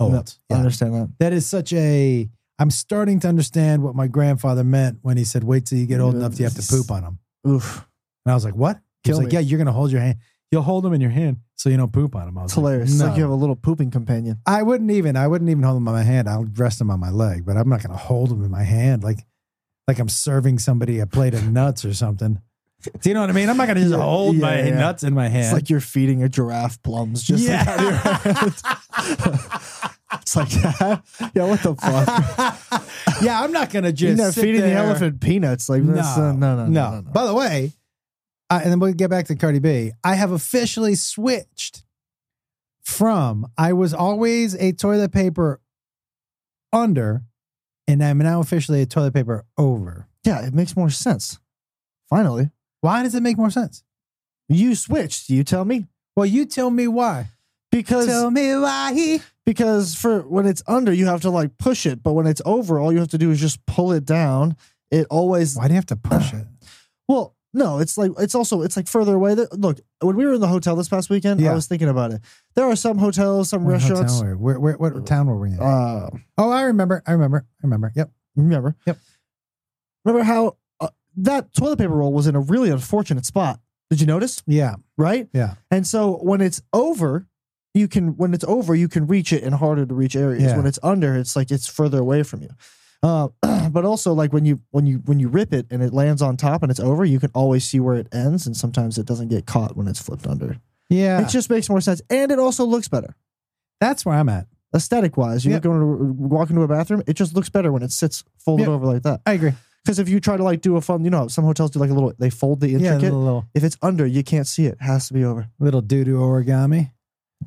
Speaker 1: old.
Speaker 2: No, I
Speaker 1: Yeah.
Speaker 2: understand that.
Speaker 1: That is such a. I'm starting to understand what my grandfather meant when he said, "Wait till you get old enough, you have to poop on them."
Speaker 2: Oof.
Speaker 1: And I was like, "What?" He was
Speaker 2: Kill
Speaker 1: like,
Speaker 2: me.
Speaker 1: "Yeah, you're gonna hold your hand. You'll hold them in your hand so you don't poop on them." I was
Speaker 2: It's hilarious. It's
Speaker 1: Like,
Speaker 2: like you
Speaker 1: no.
Speaker 2: have a little pooping companion.
Speaker 1: I wouldn't even. I wouldn't even hold them on my hand. I'll rest them on my leg, but I'm not gonna hold them in my hand like, like I'm serving somebody a plate of nuts or something. Do you know what I mean? I'm not gonna just
Speaker 2: Yeah,
Speaker 1: hold my
Speaker 2: yeah, yeah.
Speaker 1: nuts in my hand.
Speaker 2: It's like you're feeding a giraffe plums just like out of your
Speaker 1: [LAUGHS]
Speaker 2: [LAUGHS] hand. It's like, [LAUGHS] yeah, what the fuck?
Speaker 1: yeah, I'm not gonna
Speaker 2: You're
Speaker 1: [LAUGHS] just
Speaker 2: not
Speaker 1: sit
Speaker 2: feeding the
Speaker 1: there.
Speaker 2: elephant peanuts. Like, no, uh, no, no, no, no, no.
Speaker 1: By the way, I, and then we'll get back to Cardi B. I have officially switched from I was always a toilet paper under, and I'm now officially a toilet paper over.
Speaker 2: yeah, it makes more sense. Finally,
Speaker 1: Why does it make more sense?
Speaker 2: you switched. You tell me.
Speaker 1: Well, you tell me why.
Speaker 2: Because
Speaker 1: Tell me why. he-
Speaker 2: because for when it's under, you have to like push it, but when it's over, all you have to do is just pull it down. It always
Speaker 1: Why do you have to push [SIGHS] it?
Speaker 2: well, no, it's like it's also it's like further away. There- Look, when we were in the hotel this past weekend,
Speaker 1: Yeah.
Speaker 2: I was thinking about it. There are some hotels, some
Speaker 1: What hotel
Speaker 2: restaurants.
Speaker 1: were- Where, where, what town were we in?
Speaker 2: Uh,
Speaker 1: oh, I remember. I remember. I remember. Yep.
Speaker 2: remember?
Speaker 1: Yep.
Speaker 2: Remember how uh, that toilet paper roll was in a really unfortunate spot? Did you notice?
Speaker 1: Yeah.
Speaker 2: Right?
Speaker 1: Yeah.
Speaker 2: And so when it's over, you can when it's over, you can reach it in harder to reach areas.
Speaker 1: Yeah.
Speaker 2: When it's under, it's like it's further away from you. Uh, [CLEARS THROAT] but also like when you when you when you rip it and it lands on top and it's over, you can always see where it ends, and sometimes it doesn't get caught when it's flipped under.
Speaker 1: Yeah.
Speaker 2: It just makes more sense, and it also looks better.
Speaker 1: That's where I'm at.
Speaker 2: aesthetic wise. You
Speaker 1: Yeah.
Speaker 2: look going to walk into a bathroom, it just looks better when it sits folded
Speaker 1: Yeah.
Speaker 2: over like that.
Speaker 1: I agree.
Speaker 2: Because if you try to like do a fun, you know, some hotels do like a little, they fold the
Speaker 1: Yeah,
Speaker 2: intricate.
Speaker 1: the little
Speaker 2: if it's under, you can't see it. Has to be over.
Speaker 1: little doo-doo origami, Ah.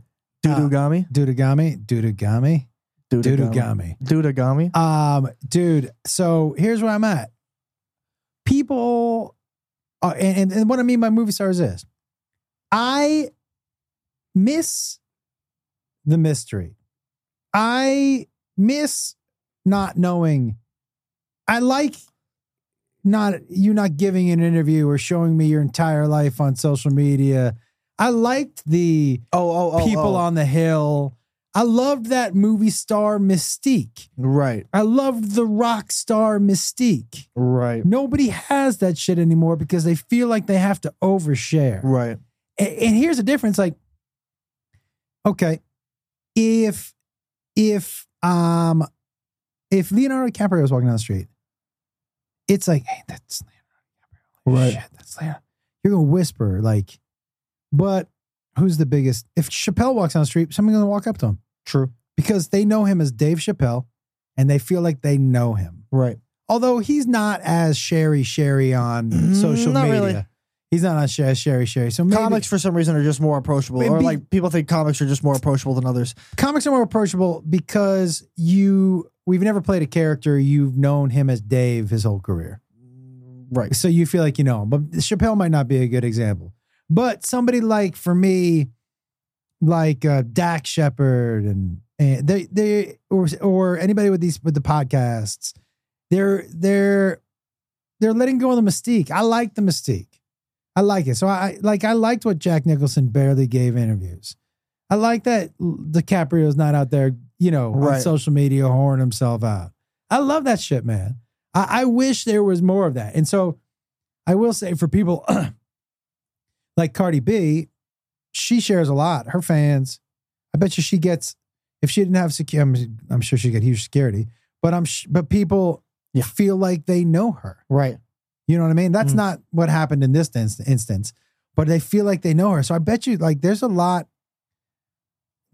Speaker 2: Dudugami.
Speaker 1: doodagami, doodagami, doodagami.
Speaker 2: Dudugami.
Speaker 1: Um, dude, so here's where I'm at. People are, and, and, and what I mean by movie stars is this. I miss the mystery. I miss not knowing. I like not you not giving an interview or showing me your entire life on social media. I liked the
Speaker 2: Oh, oh, oh.
Speaker 1: people
Speaker 2: oh.
Speaker 1: on the hill. I loved that movie star mystique.
Speaker 2: Right,
Speaker 1: I loved the rock star mystique.
Speaker 2: right,
Speaker 1: Nobody has that shit anymore because they feel like they have to overshare.
Speaker 2: right.
Speaker 1: And, and here's the difference like okay, if if um if Leonardo DiCaprio was walking down the street, it's like, hey, that's Leonardo DiCaprio.
Speaker 2: Right.
Speaker 1: Shit, that's Leonardo. You're going to whisper like but who's the biggest? If Chappelle walks down the street, someone's going to walk up to him
Speaker 2: True.
Speaker 1: because they know him as Dave Chappelle and they feel like they know him.
Speaker 2: Right.
Speaker 1: Although he's not as Sherry Sherry on social
Speaker 2: Mm, Not
Speaker 1: media.
Speaker 2: really.
Speaker 1: He's not on Sherry Sherry Sherry. So maybe,
Speaker 2: Comics, for some reason, are just more approachable, or
Speaker 1: Maybe-
Speaker 2: like people think comics are just more approachable than others.
Speaker 1: comics are more approachable because you we've never played a character you've known him as Dave his whole career.
Speaker 2: Right.
Speaker 1: So you feel like you know him. But Chappelle might not be a good example. But somebody like for me like uh, Dak Shepard and, and they they or or anybody with these with the podcasts they're they're they're letting go of the mystique. I like the mystique. I like it. So I like I liked what Jack Nicholson barely gave interviews. I like that DiCaprio's not out there, you know, on
Speaker 2: Right.
Speaker 1: social media whoring himself out. I love that shit, man. I, I wish there was more of that. And so I will say for people [CLEARS THROAT] like Cardi B, she shares a lot. Her fans, I bet you she gets if she didn't have security, I'm, I'm sure she got huge security. But I'm sh- but people
Speaker 2: Yeah.
Speaker 1: feel like they know her.
Speaker 2: Right.
Speaker 1: You know what I mean? That's
Speaker 2: Mm.
Speaker 1: not what happened in this inst- instance, but they feel like they know her. So I bet you, like, there's a lot.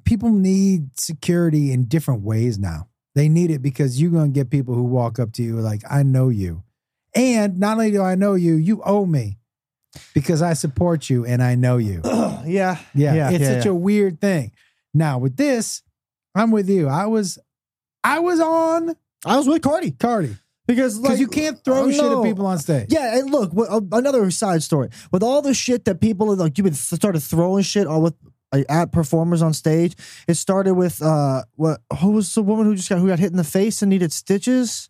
Speaker 1: People need security in different ways now. They need it because you're going to get people who walk up to you like, I know you. And not only do I know you, you owe me because I support you and I know you.
Speaker 2: yeah. Yeah.
Speaker 1: [CLEARS THROAT] Yeah. it's
Speaker 2: yeah,
Speaker 1: such
Speaker 2: yeah.
Speaker 1: a weird thing. Now, with this, I'm with you. I was. I was on
Speaker 2: I was with Cardi
Speaker 1: Cardi
Speaker 2: because
Speaker 1: because
Speaker 2: like
Speaker 1: you can't throw
Speaker 2: oh,
Speaker 1: shit at
Speaker 2: no.
Speaker 1: people on stage.
Speaker 2: Yeah, and look, what, uh, another side story with all the shit that people are like, you've been th- started throwing shit all with like, at performers on stage. It started with uh, what? Who was the woman who just got who got hit in the face and needed stitches?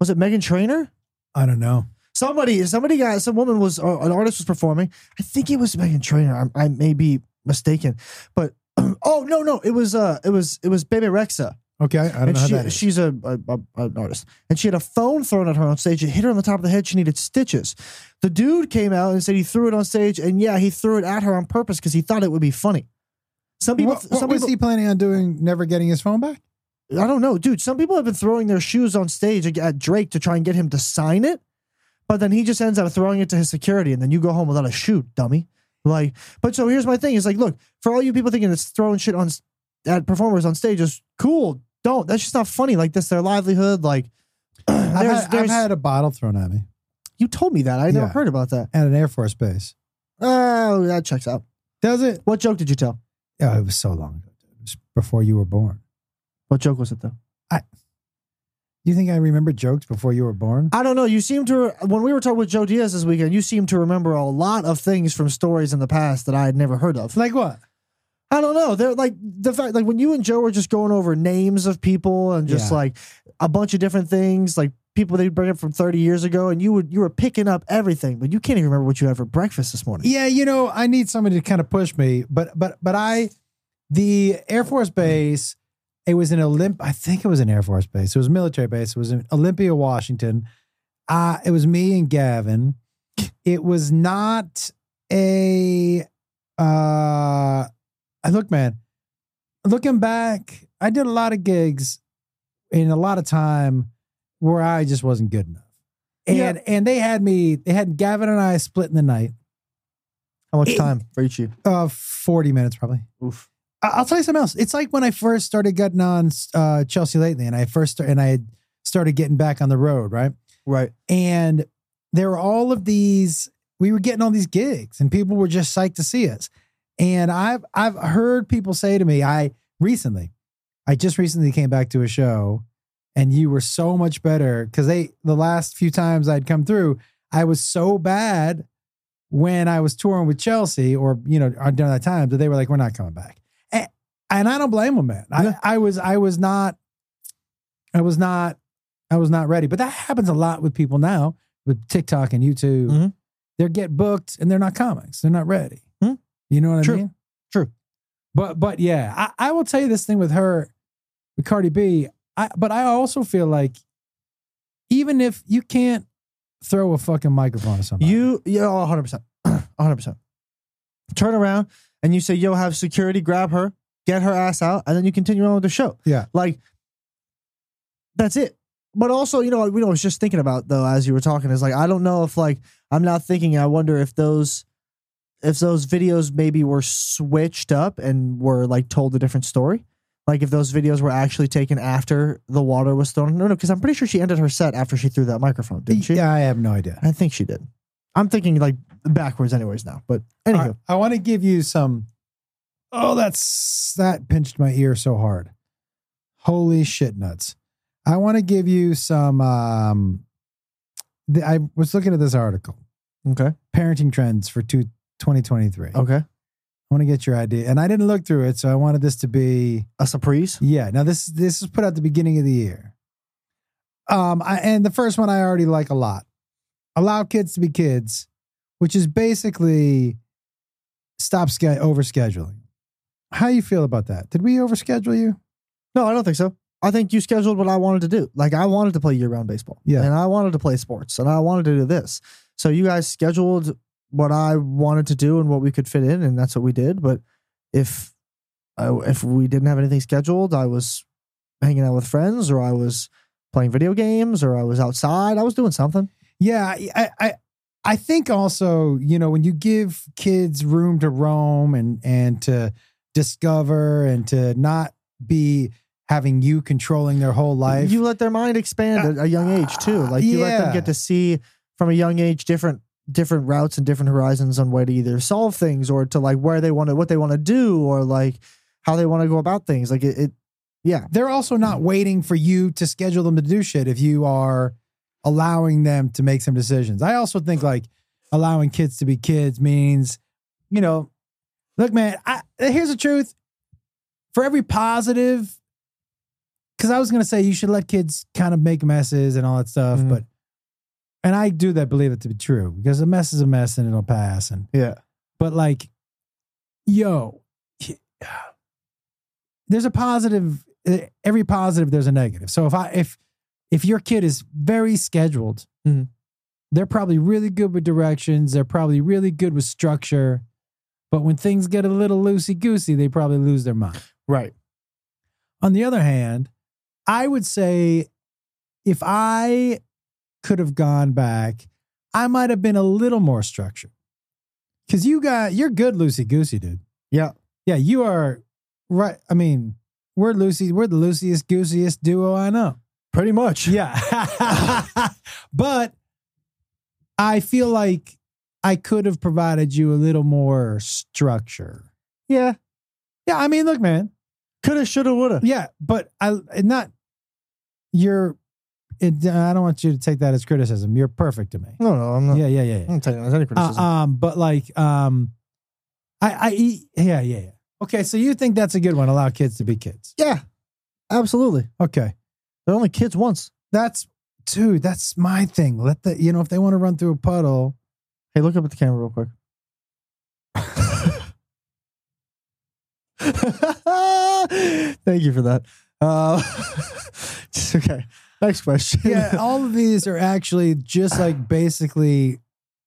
Speaker 2: Was it Megan Trainer?
Speaker 1: I don't know.
Speaker 2: Somebody, somebody got some woman was or an artist was performing. I think it was Megan Trainer. I, I may be mistaken, but [CLEARS THROAT] oh no, no, it was uh, it was it was Baby Rexa
Speaker 1: Okay, I don't
Speaker 2: and
Speaker 1: know how
Speaker 2: she,
Speaker 1: that is.
Speaker 2: she's a, a, a an artist, and she had a phone thrown at her on stage. It hit her on the top of the head. She needed stitches. The dude came out and said he threw it on stage, and yeah, he threw it at her on purpose because he thought it would be funny. Some people,
Speaker 1: what, what
Speaker 2: some
Speaker 1: was
Speaker 2: people,
Speaker 1: he planning on doing? Never getting his phone back?
Speaker 2: I don't know, dude. Some people have been throwing their shoes on stage ag- at Drake to try and get him to sign it, but then he just ends up throwing it to his security, and then you go home without a shoe, dummy. Like, but so here's my thing: is like, look, for all you people thinking it's throwing shit on s- at performers on stage is cool. Don't. That's just not funny. Like, that's their livelihood. Like, [CLEARS THROAT] there's,
Speaker 1: I've had, I've
Speaker 2: there's-
Speaker 1: had a bottle thrown at me
Speaker 2: you told me that. I never
Speaker 1: Yeah.
Speaker 2: heard about that.
Speaker 1: at an Air Force base.
Speaker 2: Oh, that checks out.
Speaker 1: Does it?
Speaker 2: What joke did you tell?
Speaker 1: Oh, it was so long ago. It was before you were born.
Speaker 2: What joke was it though?
Speaker 1: You think I remember jokes before you were born?
Speaker 2: I don't know. You seem to when we were talking with Joe Diaz this weekend, you seem to remember a lot of things from stories in the past that I had never heard of.
Speaker 1: Like what?
Speaker 2: I don't know. They're like the fact like when you and Joe were just going over names of people and just
Speaker 1: Yeah.
Speaker 2: like a bunch of different things, like people they'd bring up from 30 years ago, and you would you were picking up everything, but you can't even remember what you had for breakfast this morning.
Speaker 1: Yeah, you know, I need somebody to kind of push me, but but but I, the Air Force base, it was an Olymp. I think it was an Air Force base. It was a military base. It was in Olympia, Washington. Uh, it was me and Gavin. It was not a. Uh, I look, man. Looking back, I did a lot of gigs in a lot of time where I just wasn't good enough. And and they had me, they had Gavin and I split in the night
Speaker 2: How much
Speaker 1: It-
Speaker 2: time for each of you?
Speaker 1: uh 40 minutes probably
Speaker 2: Oof.
Speaker 1: I- I'll tell you something else. It's like when I first started getting on uh, Chelsea lately, and I first start, and I had started getting back on the road, right?
Speaker 2: Right.
Speaker 1: And there were all of these. We were getting all these gigs, and people were just psyched to see us. And I've I've heard people say to me, I recently, I just recently came back to a show, and you were so much better because they the last few times I'd come through, I was so bad when I was touring with Chelsea or you know uh, during that time that they were like, we're not coming back, and, and I don't blame them, man. I,
Speaker 2: Yeah.
Speaker 1: I was I was not, I was not, I was not ready. But that happens a lot with people now with TikTok and YouTube.
Speaker 2: Mhm.
Speaker 1: They get booked and they're not comics. They're not ready.
Speaker 2: Hmm.
Speaker 1: You know what
Speaker 2: True.
Speaker 1: I mean?
Speaker 2: True.
Speaker 1: But but yeah, I, I will tell you this thing with her, with Cardi B. I but I also feel like even if you can't throw a fucking microphone or something,
Speaker 2: You, yeah, oh, [CLEARS THROAT] 100%. 100%. Turn around and you say, yo, have security grab her, get her ass out, and then you continue on with the show.
Speaker 1: Yeah.
Speaker 2: Like, that's it. But also, you know, what- you know, I was just thinking about, though, as you were talking, is like, I don't know if, like, I'm now thinking, I wonder if those. If those videos maybe were switched up and were like told a different story, like if those videos were actually taken after the water was thrown, no, no, because I'm pretty sure she ended her set after she threw that microphone, didn't she?
Speaker 1: Yeah, I have no idea.
Speaker 2: I think she did. I'm thinking like backwards, anyways. Now, but anywho,
Speaker 1: I, want to give you some. Oh, that's that pinched my ear so hard. Holy shit nuts! I want to give you some. Um, the, I was looking at this article,
Speaker 2: okay,
Speaker 1: parenting trends for two, 2023.
Speaker 2: okay,
Speaker 1: I want to get your idea, and I didn't look through it, so I wanted this to be
Speaker 2: a surprise.
Speaker 1: yeah. Now this this is put out the beginning of the year. Um, I, and the first one I already like a lot. Allow kids to be kids, which is basically stop sch- overscheduling. How you feel about that? Did we overschedule you?
Speaker 2: No, I don't think so. I think you scheduled what I wanted to do. Like I wanted to play year-round baseball,
Speaker 1: Yeah.
Speaker 2: and I wanted to play sports, and I wanted to do this. So you guys scheduled what I wanted to do and what we could fit in, and that's what we did. But if I, if we didn't have anything scheduled, I was hanging out with friends, or I was playing video games, or I was outside. I was doing something.
Speaker 1: Yeah, I- I, I, I think also, you know, when you give kids room to roam and and to discover and to not be having you controlling their whole life.
Speaker 2: You let their mind expand at a young age too. Like you let them
Speaker 1: Yeah.
Speaker 2: get to see from a young age different different routes and different horizons on way to either solve things or to like where they want to what they want to do or like how they want to go about things. Like it, it
Speaker 1: they're also not waiting for you to schedule them to do shit if you are allowing them to make some decisions. I also think like allowing kids to be kids means, you know, look, man, I, here's the truth. For every positive, because I was going to say you should let kids kind of make messes and all that stuff,
Speaker 2: Mhm.
Speaker 1: but, and I do that, believe it to be true because a mess is a mess and it'll pass. And,
Speaker 2: yeah.
Speaker 1: but like, yo, there's a positive. eh, Every positive, there's a negative. So if I if if your kid is very scheduled,
Speaker 2: Mhm.
Speaker 1: they're probably really good with directions. They're probably really good with structure. But when things get a little loosey goosey, they probably lose their mind.
Speaker 2: Right.
Speaker 1: On the other hand, I would say if I could have gone back, I might have been a little more structured. Cause you got you're good loosey goosey, dude.
Speaker 2: Yeah.
Speaker 1: Yeah, you are right. I mean, we're loosey, we're the looseyest gooseyest duo I know.
Speaker 2: Pretty much.
Speaker 1: Yeah. [LAUGHS] but I feel like I could have provided you a little more structure.
Speaker 2: Yeah.
Speaker 1: Yeah, I mean, look, man,
Speaker 2: Coulda, shoulda, woulda.
Speaker 1: yeah, but I and not you're. It, I don't want you to take that as criticism. You're perfect to me.
Speaker 2: No, no, I'm not.
Speaker 1: Yeah, yeah, yeah.
Speaker 2: I
Speaker 1: yeah.
Speaker 2: don't take that as any
Speaker 1: Uh,
Speaker 2: Mm, criticism.
Speaker 1: um, but like, um, I, I, e, yeah, yeah, yeah. Okay, so you think that's a good one? Allow kids to be kids.
Speaker 2: yeah. Absolutely.
Speaker 1: Okay,
Speaker 2: They're only kids once.
Speaker 1: that's dude. That's my thing. Let the you know if they want to run through a puddle.
Speaker 2: [LAUGHS] Hey, look up at the camera real quick. [LAUGHS] Thank you for that. Uh, [LAUGHS] okay. Next question. [LAUGHS]
Speaker 1: Yeah, [LAUGHS] all of these are actually just like basically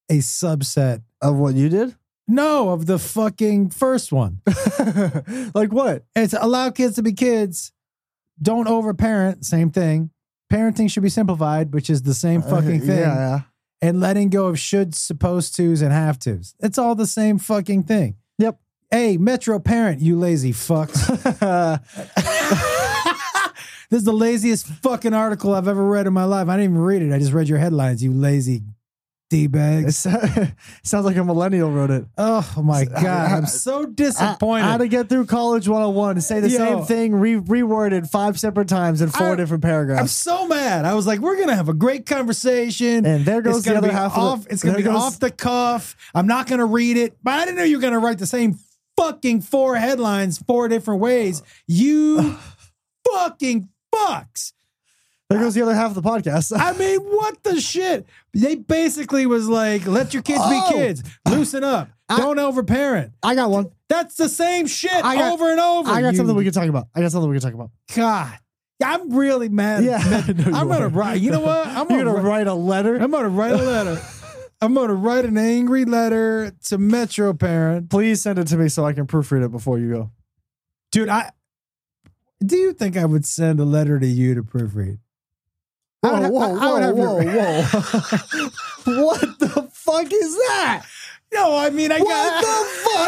Speaker 1: a subset.
Speaker 2: of what you did?
Speaker 1: No, of the fucking first one.
Speaker 2: [LAUGHS] like what?
Speaker 1: It's allow kids to be kids. Don't overparent. Same thing. Parenting should be simplified, which is the same fucking
Speaker 2: Uh,
Speaker 1: thing.
Speaker 2: Yeah,
Speaker 1: And letting go of should, supposed tos, and have tos. It's all the same fucking thing.
Speaker 2: Yep.
Speaker 1: Hey, Metro parent, you lazy
Speaker 2: [LAUGHS]
Speaker 1: fucks. [LAUGHS] this is the laziest fucking article I've ever read in my life. I didn't even read it. I just read your headlines, you lazy D
Speaker 2: It
Speaker 1: bags.
Speaker 2: so- [LAUGHS] sounds like a millennial wrote it.
Speaker 1: Oh my God.
Speaker 2: I-
Speaker 1: I'm so disappointed.
Speaker 2: How to get through college 101. Say the
Speaker 1: Yo.
Speaker 2: same thing, re- reworded five separate times in four
Speaker 1: I-
Speaker 2: different
Speaker 1: I'm
Speaker 2: paragraphs.
Speaker 1: so mad. I was like, we're gonna have a great conversation.
Speaker 2: And there goes
Speaker 1: it's
Speaker 2: the
Speaker 1: gonna
Speaker 2: other
Speaker 1: be
Speaker 2: half of the-
Speaker 1: off. it's gonna
Speaker 2: there
Speaker 1: be
Speaker 2: goes-
Speaker 1: off the cuff. I'm not gonna read it. But I didn't know you were gonna write the same fucking four headlines four different ways.
Speaker 2: [SIGHS]
Speaker 1: You fucking fucks.
Speaker 2: there goes the other half of the podcast.
Speaker 1: I mean, what the shit? They basically was like, let your kids
Speaker 2: Oh.
Speaker 1: be kids. Loosen up. Don't overparent.
Speaker 2: I got one.
Speaker 1: That's the same shit
Speaker 2: I got-
Speaker 1: over and over.
Speaker 2: I got
Speaker 1: you
Speaker 2: something we can talk about. I got something we can talk about.
Speaker 1: God. I'm really mad.
Speaker 2: Yeah, [LAUGHS] I know you
Speaker 1: I'm gonna
Speaker 2: are.
Speaker 1: write. You know what? I'm
Speaker 2: You're gonna
Speaker 1: write-
Speaker 2: write a letter.
Speaker 1: I'm gonna write a letter. I'm gonna write an angry letter to Metro Parent.
Speaker 2: Please send it to me so I can proofread it before you go.
Speaker 1: Dude, I do you think I would send a letter to you to proofread? I would ha- I- I would have your-
Speaker 2: whoa, whoa. [LAUGHS] what the fuck is that?
Speaker 1: No, I mean I
Speaker 2: What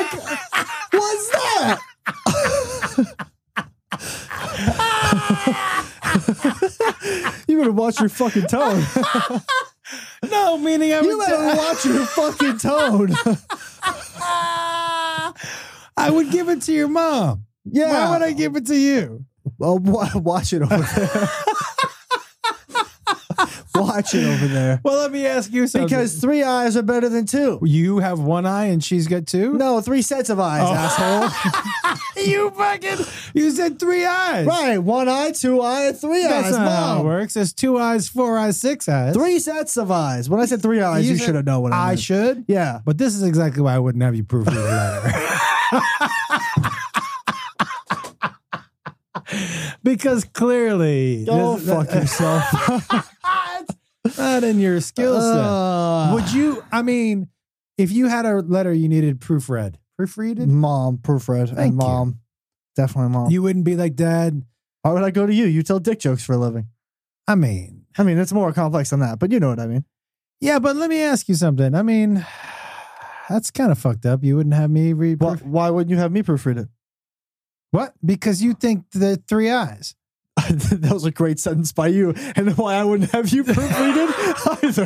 Speaker 1: got
Speaker 2: the fuck was that? [LAUGHS] you better watch your fucking [LAUGHS] tone.
Speaker 1: [LAUGHS] no meaning I
Speaker 2: you
Speaker 1: would [LAUGHS]
Speaker 2: better
Speaker 1: send,
Speaker 2: watch your fucking tone.
Speaker 1: "Ah." I would give it to your mom.
Speaker 2: [LAUGHS] Yeah.
Speaker 1: Why would I give it to you?
Speaker 2: Well, wa- watch it over there. [LAUGHS] watch it over there.
Speaker 1: Well, let me ask you something.
Speaker 2: Because three eyes are better than two.
Speaker 1: you have one eye and she's got two.
Speaker 2: No, three sets of eyes,
Speaker 1: Oh.
Speaker 2: asshole.
Speaker 1: [LAUGHS] you fucking you said three eyes.
Speaker 2: right. One eye, two eye, three
Speaker 1: That's
Speaker 2: eyes.
Speaker 1: not how it
Speaker 2: Mom.
Speaker 1: works. There's two eyes, four eyes, six eyes.
Speaker 2: Three sets of eyes. When I said three eyes, you,
Speaker 1: said
Speaker 2: should have known what I,
Speaker 1: I
Speaker 2: meant.
Speaker 1: should.
Speaker 2: Yeah.
Speaker 1: But this is exactly why I wouldn't have you proofread the letter. [LAUGHS] because clearly,
Speaker 2: Go
Speaker 1: this-
Speaker 2: fuck yourself.
Speaker 1: It's [LAUGHS] not in your skill set.
Speaker 2: Uh,
Speaker 1: Would you? I mean, if you had a letter you needed proofread, proofreaded,
Speaker 2: mom proofread
Speaker 1: Thank
Speaker 2: and
Speaker 1: you.
Speaker 2: mom, definitely mom.
Speaker 1: you wouldn't be like, Dad.
Speaker 2: Why would I go to you? You tell dick jokes for a living.
Speaker 1: I mean,
Speaker 2: I mean, it's more complex than that, but you know what I mean.
Speaker 1: yeah, but let me ask you something. I mean, that's kind of fucked up. You wouldn't have me read
Speaker 2: Why,
Speaker 1: proof-
Speaker 2: why wouldn't you have me proofread it? [LAUGHS]
Speaker 1: what? Because you think the three eyes.
Speaker 2: that was a great sentence by you, and why I wouldn't have you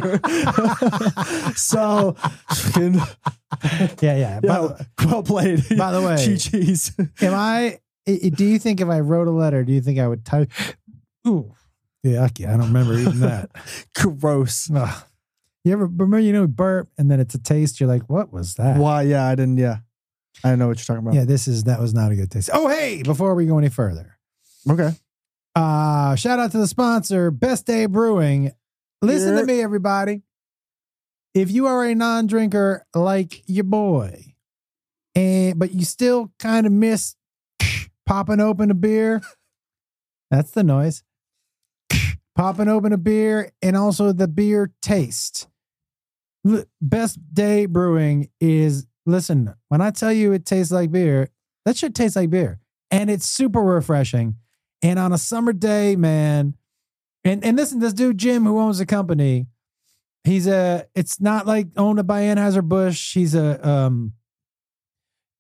Speaker 2: proofread it either. [LAUGHS] so, fucking-
Speaker 1: Yeah, yeah. But
Speaker 2: yeah, well played.
Speaker 1: By the way-
Speaker 2: [LAUGHS] GG's.
Speaker 1: Am I? i- i- Do you think if I wrote a letter, do you think I would type? Ooh, yeah, okay, I don't remember eating that.
Speaker 2: Gross.
Speaker 1: Ugh. You ever remember you know burp and then it's a taste? You're like, what was that?
Speaker 2: Why? Yeah, I didn't. Yeah, I didn't know what you're talking about.
Speaker 1: Yeah, this is that was not a good taste. Oh hey, before we go any further,
Speaker 2: Okay.
Speaker 1: uh, shout out to the sponsor, Best Day Brewing. Listen
Speaker 2: Yeah.
Speaker 1: to me, everybody. If you are a non-drinker like your boy, and but you still kind of miss popping open a beer, [LAUGHS] that's the noise. [LAUGHS] Popping open a beer and also the beer taste. L- Best Day Brewing is listen. When I tell you it tastes like beer, that shit tastes like beer, and it's super refreshing. And on a summer day, man, and and listen, this dude Jim who owns the company, he's a. It's not like owned by Anheuser Busch. He's a um.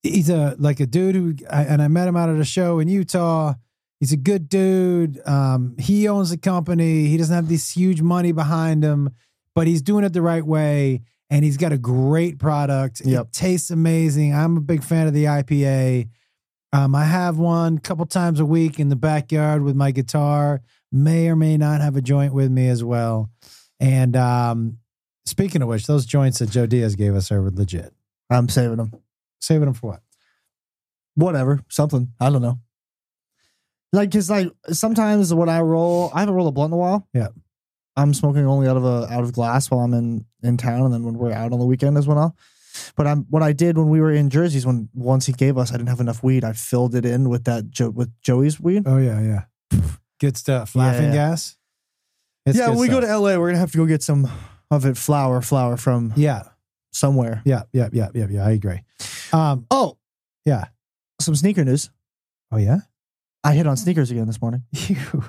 Speaker 1: He's a like a dude who, I, and I met him out at a show in Utah. He's a good dude. Um, he owns the company. He doesn't have this huge money behind him, but he's doing it the right way, and he's got a great product.
Speaker 2: Yep.
Speaker 1: It tastes amazing. I'm a big fan of the IPA. Um, I have one a couple times a week in the backyard with my guitar. May or may not have a joint with me as well. And um, speaking of which, those joints that Joe Diaz gave us are legit.
Speaker 2: I'm saving them.
Speaker 1: Saving them for what?
Speaker 2: whatever, something. I don't know. Like, cause like sometimes when I roll, I haven't rolled a blunt in a while.
Speaker 1: Yeah.
Speaker 2: I'm smoking only out of a out of glass while I'm in in town, and then when we're out on the weekend is when I'll. But I'm what I did when we were in Jersey's when once he gave us, I didn't have enough weed. I filled it in with that jo- with Joey's weed.
Speaker 1: Oh yeah, yeah. Good stuff.
Speaker 2: Yeah,
Speaker 1: Laughing
Speaker 2: yeah.
Speaker 1: gas. It's
Speaker 2: yeah,
Speaker 1: good
Speaker 2: when we go
Speaker 1: stuff.
Speaker 2: to LA, we're gonna have to go get some of it flower flower from
Speaker 1: Yeah,
Speaker 2: somewhere.
Speaker 1: yeah, yeah, yeah, yeah, yeah. I agree. Um.
Speaker 2: Oh
Speaker 1: Yeah.
Speaker 2: some sneaker news.
Speaker 1: Oh yeah.
Speaker 2: I hit on sneakers again this morning.
Speaker 1: [LAUGHS] You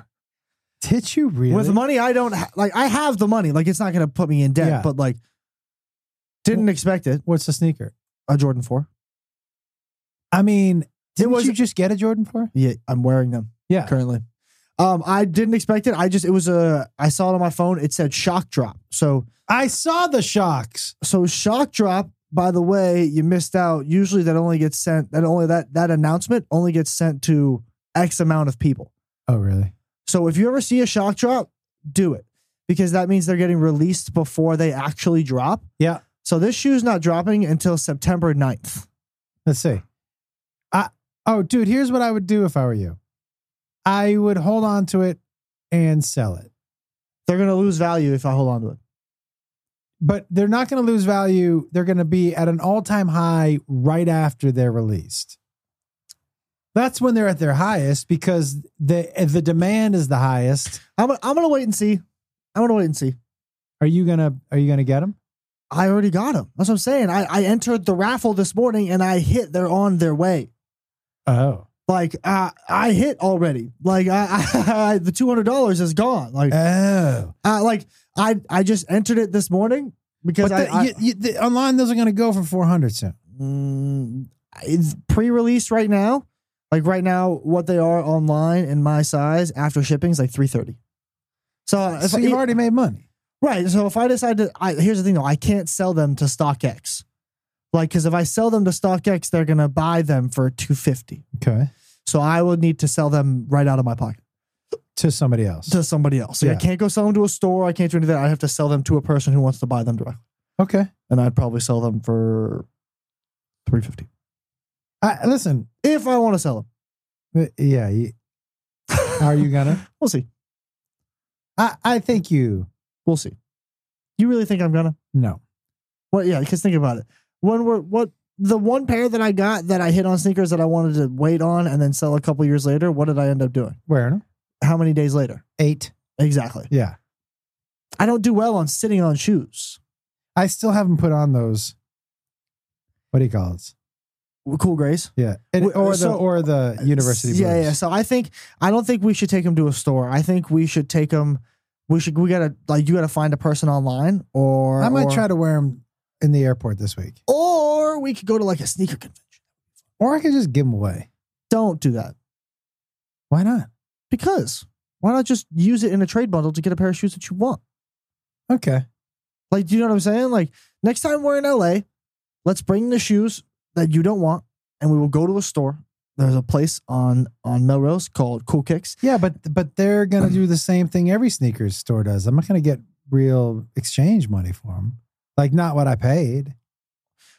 Speaker 1: did you really?
Speaker 2: With money I don't ha- like. I have the money. Like it's not going to put me in debt,
Speaker 1: Yeah.
Speaker 2: but like didn't expect it.
Speaker 1: What's the sneaker?
Speaker 2: A Jordan four.
Speaker 1: I mean, didn't
Speaker 2: was-
Speaker 1: you just get a Jordan 4?
Speaker 2: Yeah, I'm wearing them
Speaker 1: Yeah.
Speaker 2: currently. Um, I didn't expect it. I just it was a I saw it on my phone. It said shock drop. So
Speaker 1: I saw the shocks.
Speaker 2: so shock drop. By the way, you missed out. Usually that only gets sent. That only that that announcement only gets sent to X amount of people.
Speaker 1: Oh, really?
Speaker 2: So if you ever see a shock drop, do it because that means they're getting released before they actually drop.
Speaker 1: Yeah.
Speaker 2: So this shoe's not dropping until September 9th.
Speaker 1: Let's see. I oh, dude, here's what I would do if I were you. I would hold on to it and sell it.
Speaker 2: They're gonna lose value if I hold on to it.
Speaker 1: But they're not going to lose value. They're going to be at an all-time high right after they're released. That's when they're at their highest because the the demand is the highest.
Speaker 2: I'm gonna, I'm gonna wait and see. I'm gonna wait and see.
Speaker 1: Are you gonna Are you gonna get them?
Speaker 2: I already got them. That's what I'm saying. I, I entered the raffle this morning and I hit. They're on their way.
Speaker 1: Oh,
Speaker 2: Like uh, I hit already. Like I, [LAUGHS] I the two hundred dollars is gone. Like
Speaker 1: oh.
Speaker 2: uh, like I I just entered it this morning because
Speaker 1: But
Speaker 2: I,
Speaker 1: the,
Speaker 2: I
Speaker 1: you, you, the, online, those are going to go for four hundred soon.
Speaker 2: Mm, it's pre-release right now. Like right now, what they are online in my size after shipping is like three thirty. So, if
Speaker 1: Uh, So
Speaker 2: I,
Speaker 1: you've already made money.
Speaker 2: right. So if I decide to, I, here's the thing though, I can't sell them to StockX. Like, because if I sell them to StockX, they're gonna buy them for two fifty.
Speaker 1: Okay.
Speaker 2: So I will need to sell them right out of my pocket
Speaker 1: To somebody else.
Speaker 2: to somebody else. Like,
Speaker 1: Yeah.
Speaker 2: I can't go sell them to a store. I can't do any of that. I have to sell them to a person who wants to buy them directly,
Speaker 1: Okay.
Speaker 2: and I'd probably sell them for three fifty
Speaker 1: I, listen.
Speaker 2: if I want to sell
Speaker 1: uh, Yeah. You,
Speaker 2: them.
Speaker 1: are you gonna?
Speaker 2: [LAUGHS] We'll see.
Speaker 1: [LAUGHS] I I think you
Speaker 2: We'll see. You really think I'm gonna?
Speaker 1: no.
Speaker 2: Well, yeah, because think about it. When we're what the one pair that I got that I hit on sneakers that I wanted to wait on and then sell a couple years later, what did I end up doing?
Speaker 1: Wearing them
Speaker 2: How many days later?
Speaker 1: eight.
Speaker 2: Exactly.
Speaker 1: Yeah.
Speaker 2: I don't do well on sitting on shoes.
Speaker 1: I still haven't put on those. What do you call it?
Speaker 2: Cool Grays.
Speaker 1: Yeah. It-
Speaker 2: Wh-
Speaker 1: or the
Speaker 2: so-
Speaker 1: or the university.
Speaker 2: Yeah,
Speaker 1: blues.
Speaker 2: yeah. So I think I don't think we should take them to a store. I think we should take them. We should. We gotta like you gotta find a person online or
Speaker 1: I might
Speaker 2: or-
Speaker 1: try to wear them in the airport this week,
Speaker 2: Or we could go to like a sneaker convention.
Speaker 1: or I could just give them away.
Speaker 2: Don't do that.
Speaker 1: Why not?
Speaker 2: Because why not just use it in a trade bundle to get a pair of shoes that you want?
Speaker 1: Okay.
Speaker 2: Like, do you know what I'm saying? Like, next time we're in LA, let's bring the shoes that you don't want, and we will go to a store. There's a place on on Melrose called Cool Kicks.
Speaker 1: Yeah, but but they're gonna do the same thing every sneakers store does. I'm not gonna get real exchange money for them. Like not what I paid.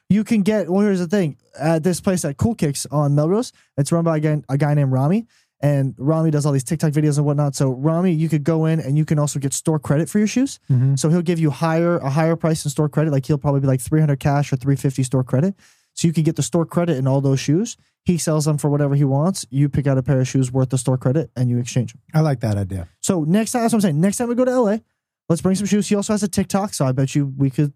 Speaker 2: You can get. Well, here's the thing: at this place at Cool Kicks on Melrose, it's run by a guy, a guy named Rami, and Rami does all these TikTok videos and whatnot. So Rami, you could go in and you can also get store credit for your shoes.
Speaker 1: Mm-hmm.
Speaker 2: So he'll give you higher a higher price in store credit. Like he'll probably be like 300 cash or 350 store credit. So you can get the store credit in all those shoes. He sells them for whatever he wants. You pick out a pair of shoes worth the store credit and you exchange them.
Speaker 1: I like that idea.
Speaker 2: So next time, that's what I'm saying. Next time we go to LA, let's bring some shoes. He also has a TikTok, so I bet you we could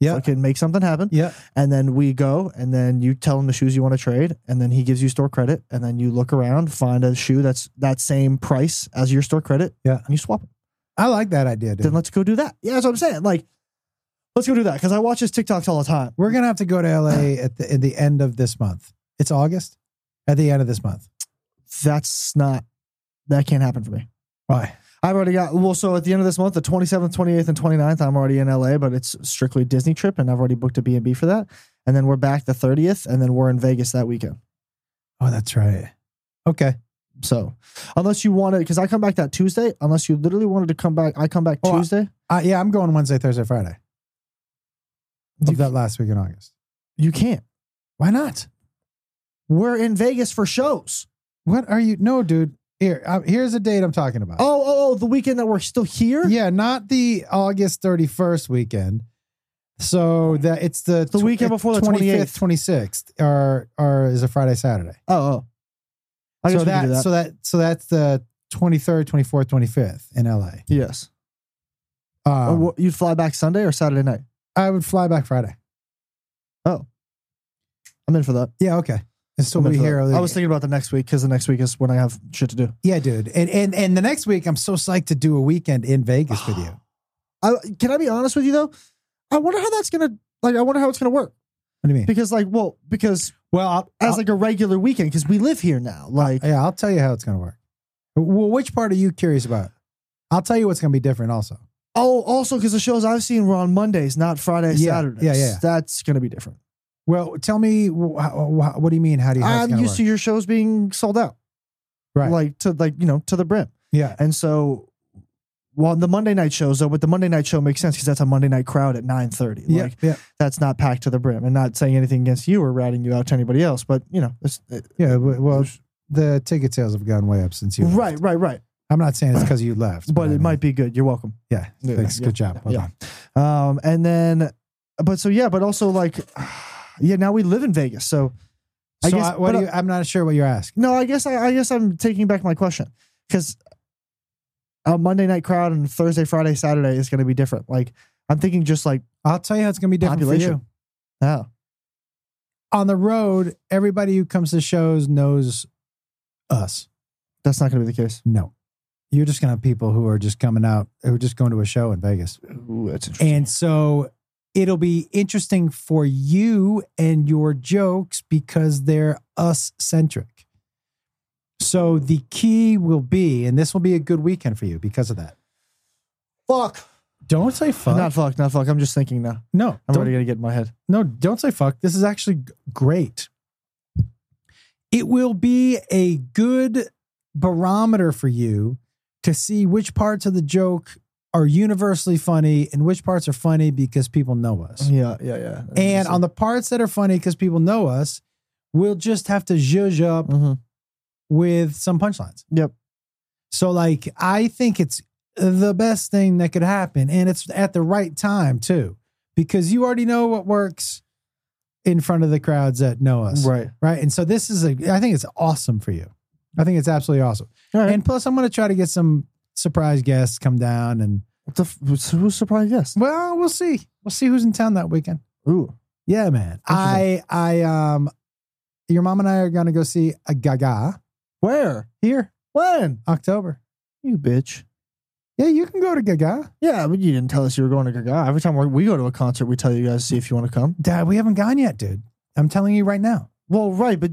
Speaker 1: Yeah.
Speaker 2: fucking make something happen.
Speaker 1: Yeah.
Speaker 2: And then we go, and then you tell him the shoes you want to trade, and then he gives you store credit, and then you look around, find a shoe that's that same price as your store credit,
Speaker 1: Yeah.
Speaker 2: and you swap. 'em
Speaker 1: I like that idea, dude.
Speaker 2: then let's go do that. Yeah, that's what I'm saying. Like, let's go do that because I watch his TikToks all the time.
Speaker 1: We're gonna have to go to LA at the at the end of this month. It's August. At the end of this month.
Speaker 2: That's not that can't happen for me.
Speaker 1: Why?
Speaker 2: I've already got well. So at the end of this month, the 27th, 28th, and 29th, I'm already in LA, but it's strictly Disney trip, and I've already booked a B and B for that. And then we're back the 30th, and then we're in Vegas that weekend.
Speaker 1: Oh, that's right. Okay.
Speaker 2: So unless you wanted, because I come back that Tuesday, unless you literally wanted to come back, I come back
Speaker 1: Oh, I-
Speaker 2: Tuesday.
Speaker 1: Uh, yeah, I'm going Wednesday, Thursday, Friday.
Speaker 2: You-
Speaker 1: Of that last week in August.
Speaker 2: You can't.
Speaker 1: Why not?
Speaker 2: We're in Vegas for shows.
Speaker 1: What are you? No, dude. Here, uh, here's a date I'm talking about.
Speaker 2: Oh, oh, oh, the weekend that we're still here.
Speaker 1: yeah, not the August 31st weekend. So that it's the
Speaker 2: The weekend before the 28th.
Speaker 1: 26th, or or is a Friday, Saturday.
Speaker 2: Oh, oh. I guess
Speaker 1: so
Speaker 2: we can
Speaker 1: that,
Speaker 2: do that.
Speaker 1: so that so that's the 23rd, 24th, 25th in LA.
Speaker 2: yes. Or
Speaker 1: Um,
Speaker 2: Oh, wha- you'd fly back Sunday or Saturday night.
Speaker 1: I would fly back Friday.
Speaker 2: I'm in for that.
Speaker 1: Yeah, okay. And so
Speaker 2: I'm in
Speaker 1: we
Speaker 2: for that.
Speaker 1: here.
Speaker 2: I was thinking about the next week because the next week is when I have shit to do.
Speaker 1: yeah, dude. And, and and the next week, I'm so psyched to do a weekend in Vegas
Speaker 2: [GASPS]
Speaker 1: with you.
Speaker 2: I, can I be honest with you though? I wonder how that's gonna like. I wonder how it's gonna work
Speaker 1: What do you mean?
Speaker 2: because like well because
Speaker 1: Well, I'll,
Speaker 2: as
Speaker 1: I'll-
Speaker 2: like a regular weekend because we live here now like
Speaker 1: yeah, I'll tell you how it's going to work. Well, which part are you curious about? I'll tell you what's going to be different also.
Speaker 2: oh also because the shows I've seen were on Mondays not Fridays
Speaker 1: Yeah,
Speaker 2: Saturdays
Speaker 1: yeah, yeah.
Speaker 2: that's gonna be different
Speaker 1: Well, tell me, wh- how- wh- what do you mean? How do you? How
Speaker 2: I'm used to your shows being sold out
Speaker 1: Right.
Speaker 2: like to like you know to the brim
Speaker 1: yeah,
Speaker 2: and so well the Monday night shows though but the Monday night show makes sense because that's a Monday night crowd at nine thirty
Speaker 1: yeah,
Speaker 2: like
Speaker 1: yeah,
Speaker 2: that's not packed to the brim and not saying anything against you or ratting you out to anybody else but you know it's, it,
Speaker 1: yeah. w- Well, the ticket sales have gone way up since you. left.
Speaker 2: right right right
Speaker 1: I'm not saying it's because you left,
Speaker 2: but
Speaker 1: I
Speaker 2: it
Speaker 1: mean,
Speaker 2: might be good you're welcome
Speaker 1: Yeah.
Speaker 2: Yeah,
Speaker 1: Thanks.
Speaker 2: yeah,
Speaker 1: Good job. Well
Speaker 2: yeah.
Speaker 1: done.
Speaker 2: Um, and then, but so yeah, but also like, [SIGHS] yeah, now we live in Vegas, so I
Speaker 1: So
Speaker 2: guess-
Speaker 1: I, what
Speaker 2: but, uh,
Speaker 1: do you, I'm not sure what you're asking.
Speaker 2: no, I guess I, I guess I'm taking back my question because a Monday night crowd and Thursday, Friday, Saturday is going to be different. Like I'm thinking, just like
Speaker 1: I'll tell you how it's going to be different for
Speaker 2: Population.
Speaker 1: you.
Speaker 2: oh,
Speaker 1: On the road, everybody who comes to shows knows us.
Speaker 2: that's not going to be the case.
Speaker 1: No. You're just going to have people who are just coming out, who are just going to a show in Vegas.
Speaker 2: Ooh, that's interesting.
Speaker 1: And so it'll be interesting for you and your jokes because they're us centric. So the key will be, and this will be a good weekend for you because of that.
Speaker 2: fuck,
Speaker 1: Don't say fuck.
Speaker 2: not fuck, not fuck. I'm just thinking now.
Speaker 1: no,
Speaker 2: I'm
Speaker 1: don't-
Speaker 2: already going to get in my head.
Speaker 1: no, don't say fuck. This is actually g- great. It will be a good barometer for you to see which parts of the joke are universally funny and which parts are funny because people know us.
Speaker 2: Yeah, yeah, yeah.
Speaker 1: And on the parts that are funny because people know us, we'll just have to zhuzh up
Speaker 2: Mhm.
Speaker 1: with some punchlines.
Speaker 2: Yep.
Speaker 1: So, like, I think it's the best thing that could happen. And it's at the right time, too, because you already know what works in front of the crowds that know us.
Speaker 2: right,
Speaker 1: Right. And so, this is a, I think it's awesome for you. I think it's absolutely awesome.
Speaker 2: all right.
Speaker 1: And plus, I'm going to try to get some surprise guests come down and,
Speaker 2: What the f- who's surprised? Yes.
Speaker 1: well, we'll see. We'll see who's in town that weekend.
Speaker 2: Ooh,
Speaker 1: Yeah, man. I, I, um, your mom and I are going to go see a Gaga
Speaker 2: where,
Speaker 1: here
Speaker 2: when?
Speaker 1: October.
Speaker 2: You bitch.
Speaker 1: Yeah, you can go to Gaga.
Speaker 2: Yeah, but you didn't tell us you were going to Gaga. Every time we're, we go to a concert, we tell you guys to see if you want to come.
Speaker 1: Dad, we haven't gone yet, dude. I'm telling you right
Speaker 2: [LAUGHS]
Speaker 1: now.
Speaker 2: Well, right,
Speaker 1: [LAUGHS]
Speaker 2: but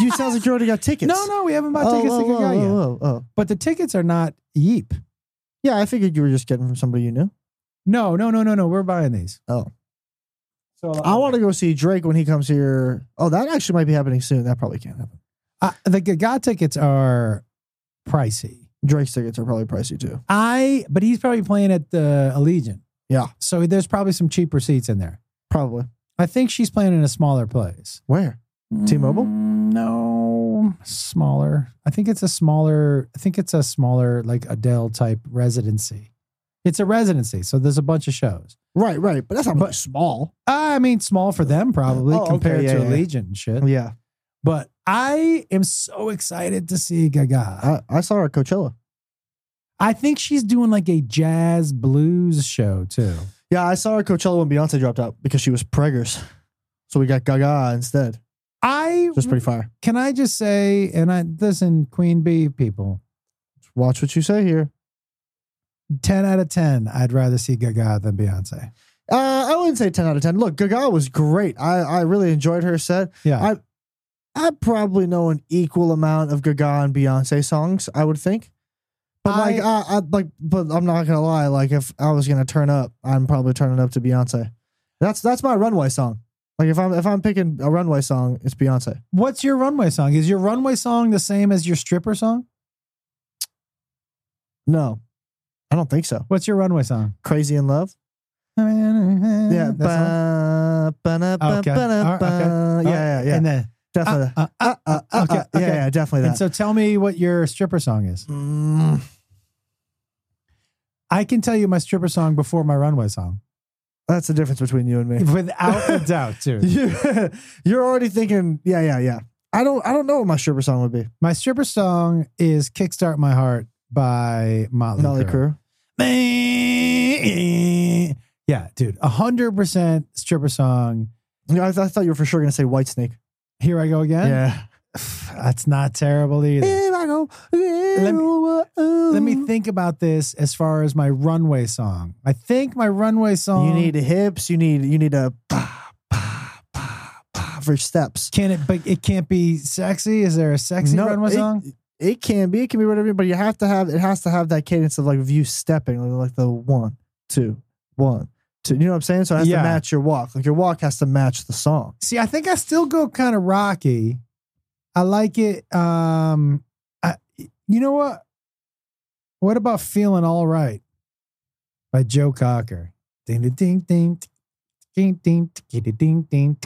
Speaker 2: you sounds like you already got tickets.
Speaker 1: No, no, we haven't bought
Speaker 2: oh,
Speaker 1: tickets
Speaker 2: oh,
Speaker 1: to Gaga
Speaker 2: oh,
Speaker 1: yet.
Speaker 2: oh, oh.
Speaker 1: But the tickets are not Yeep.
Speaker 2: Yeah, I figured you were just getting from somebody you knew.
Speaker 1: No, no, no, no, no. We're buying these.
Speaker 2: Oh.
Speaker 1: So uh,
Speaker 2: I want to go see Drake when he comes here. Oh, that actually might be happening soon. That probably can't happen.
Speaker 1: uh, the Gaga tickets are pricey.
Speaker 2: Drake's tickets are probably pricey too.
Speaker 1: I, but he's probably playing at the Allegiant.
Speaker 2: Yeah.
Speaker 1: So there's probably some cheaper seats in there.
Speaker 2: Probably.
Speaker 1: I think she's playing in a smaller place.
Speaker 2: Where? T-Mobile?
Speaker 1: Mm, no, smaller. I think it's a smaller. I think it's a smaller like Adele type residency. It's a residency, so there's a bunch of shows.
Speaker 2: Right, right. But that's not really
Speaker 1: But-
Speaker 2: small.
Speaker 1: I mean, small for them probably
Speaker 2: Oh, okay,
Speaker 1: compared
Speaker 2: yeah,
Speaker 1: to
Speaker 2: yeah.
Speaker 1: Allegiant and shit.
Speaker 2: Yeah.
Speaker 1: But I am so excited to see Gaga.
Speaker 2: I, I saw her at Coachella.
Speaker 1: I think she's doing like a jazz blues show too.
Speaker 2: Yeah, I saw her at Coachella when Beyonce dropped out because she was preggers. So we got Gaga instead.
Speaker 1: I
Speaker 2: It was pretty fire.
Speaker 1: can I just say, and I listen, Queen Bee people,
Speaker 2: Watch what you say here.
Speaker 1: ten out of ten, I'd rather see Gaga than Beyonce.
Speaker 2: Uh, I wouldn't say 10 out of 10. Look, Gaga was great. I, I really enjoyed her set.
Speaker 1: Yeah,
Speaker 2: I- I probably know an equal amount of Gaga and Beyonce songs, I would think. But like, I, I like, but I'm not gonna lie. Like, if I was gonna turn up, I'm probably turning up to Beyonce. That's that's my runway song. Like, if I'm if I'm picking a runway song, it's Beyonce.
Speaker 1: What's your runway song? Is your runway song the same as your stripper song?
Speaker 2: No, I don't think so.
Speaker 1: What's your runway song?
Speaker 2: Crazy in love. Yeah.
Speaker 1: Yeah.
Speaker 2: Mm, ba- ba-na- ba-
Speaker 1: Okay.
Speaker 2: ba-na-
Speaker 1: All right,
Speaker 2: ba-
Speaker 1: okay.
Speaker 2: Yeah. Yeah. Yeah.
Speaker 1: Oh, And then,
Speaker 2: Definitely.
Speaker 1: uh, uh,
Speaker 2: Uh, uh, uh,
Speaker 1: okay,
Speaker 2: uh, Yeah.
Speaker 1: okay.
Speaker 2: Yeah. Definitely
Speaker 1: and
Speaker 2: that.
Speaker 1: so tell me what your stripper song is.
Speaker 2: Mm.
Speaker 1: I can tell you my stripper song before my runway
Speaker 2: [LAUGHS]
Speaker 1: song,
Speaker 2: That's the difference between you and me.
Speaker 1: without a doubt, too.
Speaker 2: [LAUGHS] You- You're already thinking, yeah, yeah, yeah. I don't, I don't know what my stripper song would be.
Speaker 1: My stripper song is "Kickstart My Heart" by Motley,
Speaker 2: Motley
Speaker 1: Crue.
Speaker 2: Crue.
Speaker 1: Yeah, dude, hundred percent stripper song.
Speaker 2: Yeah, I, th- I thought you were for sure gonna say White Snake.
Speaker 1: Here I go again.
Speaker 2: Yeah.
Speaker 1: That's not terrible either.
Speaker 2: Here I go.
Speaker 1: me-
Speaker 2: Let
Speaker 1: Let me think about this as far as my runway song. I think my runway song.
Speaker 2: You need hips. You need, you need a. pa, pa, average steps.
Speaker 1: Can it? But it can't be sexy. Is there a sexy
Speaker 2: No,
Speaker 1: runway
Speaker 2: it-
Speaker 1: song?
Speaker 2: It can be, it can be whatever, but you have to have it has to have that cadence of like of you stepping, like, like the one, two, one, two. You know what I'm saying? So it has
Speaker 1: Yeah.
Speaker 2: to match your walk. Like your walk has to match the song.
Speaker 1: See, I think I still go kind of rocky. I like it. Um, I, you know what? What about feeling all right by Joe Cocker? Ding ding ding ding ding ding ding ding ding ding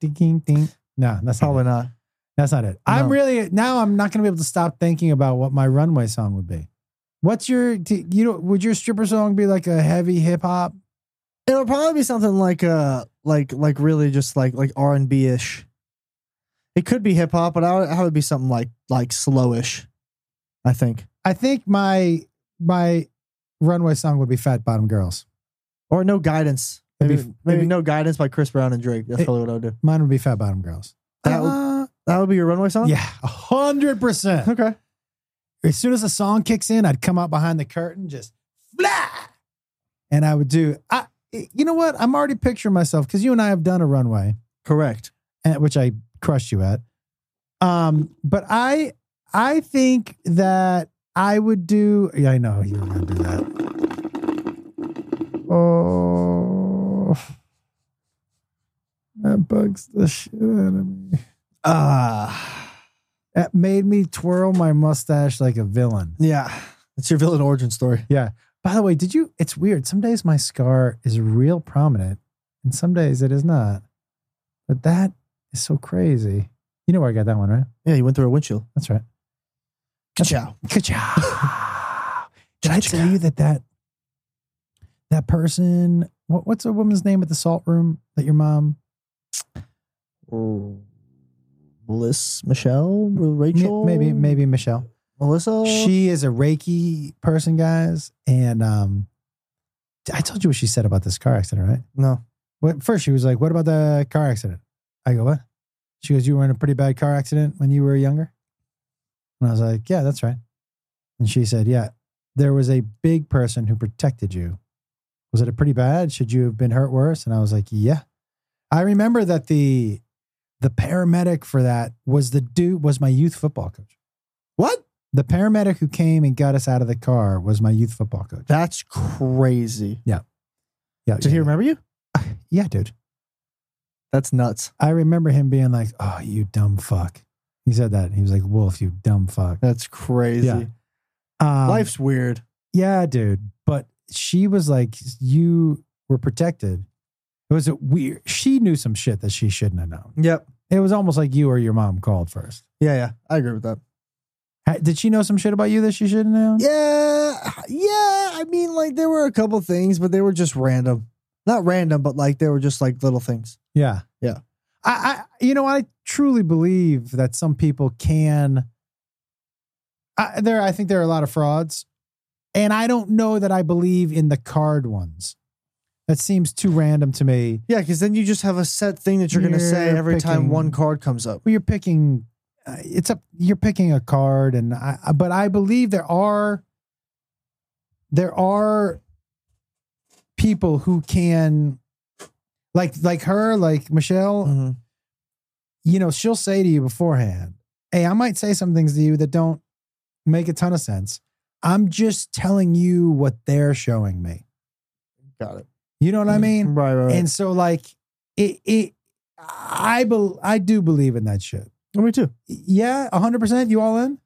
Speaker 1: ding ding ding. No, that's not
Speaker 2: Probably
Speaker 1: it.
Speaker 2: not.
Speaker 1: That's not it. I'm
Speaker 2: No.
Speaker 1: really now. I'm not going to be able to stop thinking about what my runway song would be. What's your? do You know, would your stripper song be like a heavy hip hop?
Speaker 2: It'll probably be something like uh like like really just like like R and B ish. It could be hip hop, but I would, I would be something like like slowish. I think,
Speaker 1: I think my my runway song would be Fat Bottom Girls.
Speaker 2: or no guidance.
Speaker 1: It'd
Speaker 2: Maybe
Speaker 1: be-
Speaker 2: maybe,
Speaker 1: maybe-
Speaker 2: no guidance by Chris Brown and Drake. That's
Speaker 1: It-
Speaker 2: probably what I would do.
Speaker 1: Mine would be Fat Bottom Girls.
Speaker 2: That
Speaker 1: Uh,
Speaker 2: That would be your runway song.
Speaker 1: yeah, hundred
Speaker 2: [LAUGHS]
Speaker 1: percent.
Speaker 2: Okay.
Speaker 1: As soon as the song kicks in, I'd come out behind the curtain, just fly, and I would do. I, you know what? I'm already picturing myself because you and I have done a runway.
Speaker 2: Correct.
Speaker 1: and- which I crushed you at. Um, but I I think that I would do. Yeah, I know you were gonna do that. Oh, that bugs the shit out of me.
Speaker 2: Ah.
Speaker 1: That made me twirl my mustache like a villain.
Speaker 2: yeah. It's your villain origin story.
Speaker 1: By the way, did you? It's weird. Some days my scar is real prominent, and some days it is not. But that is so crazy. You know where I got that one, right?
Speaker 2: Yeah, you went through a windshield.
Speaker 1: That's right.
Speaker 2: Ciao.
Speaker 1: Ka-chow. Did I tell you that that that person? What, what's a woman's name at the salt room that your mom?
Speaker 2: Bliss, Oh. Michelle,
Speaker 1: Ma-
Speaker 2: Rachel,
Speaker 1: Maybe maybe Michelle.
Speaker 2: Melissa.
Speaker 1: She is a Reiki person, guys, and um, I told you what she said about this car accident, right?
Speaker 2: no.
Speaker 1: What first she was like, "What about the car accident?" I go, "What?" She goes, "You were in a pretty bad car accident when you were younger," and I was like, "Yeah, that's right." And she said, "Yeah, there was a big person who protected you. Was it a pretty bad? Should you have been hurt worse?" And I was like, "Yeah." I remember that the the paramedic for that was the dude was my youth football coach.
Speaker 2: What?
Speaker 1: The paramedic who came and got us out of the car was my youth football coach.
Speaker 2: That's crazy.
Speaker 1: Yeah,
Speaker 2: Did he remember you?
Speaker 1: Yeah, dude.
Speaker 2: That's nuts.
Speaker 1: I remember him being like, "Oh, you dumb fuck." He said that. He was like, "Wolf, you dumb fuck."
Speaker 2: That's crazy.
Speaker 1: Yeah. Um,
Speaker 2: Life's weird.
Speaker 1: yeah, dude. But she was like, "You were protected." It was a weird. She knew some shit that she shouldn't have known.
Speaker 2: Yep.
Speaker 1: It was almost like you or your mom called first.
Speaker 2: Yeah, yeah. I agree with that.
Speaker 1: Ha- Did she know some shit about you that she shouldn't have known?
Speaker 2: Yeah. Yeah. I mean, like, there were a couple things, but they were just random. Not random, but like, they were just like little things.
Speaker 1: Yeah.
Speaker 2: Yeah.
Speaker 1: I, I you know, I truly believe that some people can I, there I think there are a lot of frauds. And I don't know that I believe in the card ones. That seems too random to me.
Speaker 2: Yeah, because then you just have a set thing that you're going to say
Speaker 1: You're
Speaker 2: every time
Speaker 1: picking-
Speaker 2: one card comes up.
Speaker 1: Well, you're picking uh, it's a you're picking a card and I I- but I believe there are there are people who can like like her, like Michelle,
Speaker 2: Mhm.
Speaker 1: you know, she'll say to you beforehand, Hey, I might say some things to you that don't make a ton of sense. I'm just telling you what they're showing me.
Speaker 2: Got it.
Speaker 1: You know what I mean?
Speaker 2: Right, Mm-hmm. right. right.
Speaker 1: And so, like, it, it, I, bel I do believe in that shit.
Speaker 2: me too.
Speaker 1: Yeah, 100%. You all in?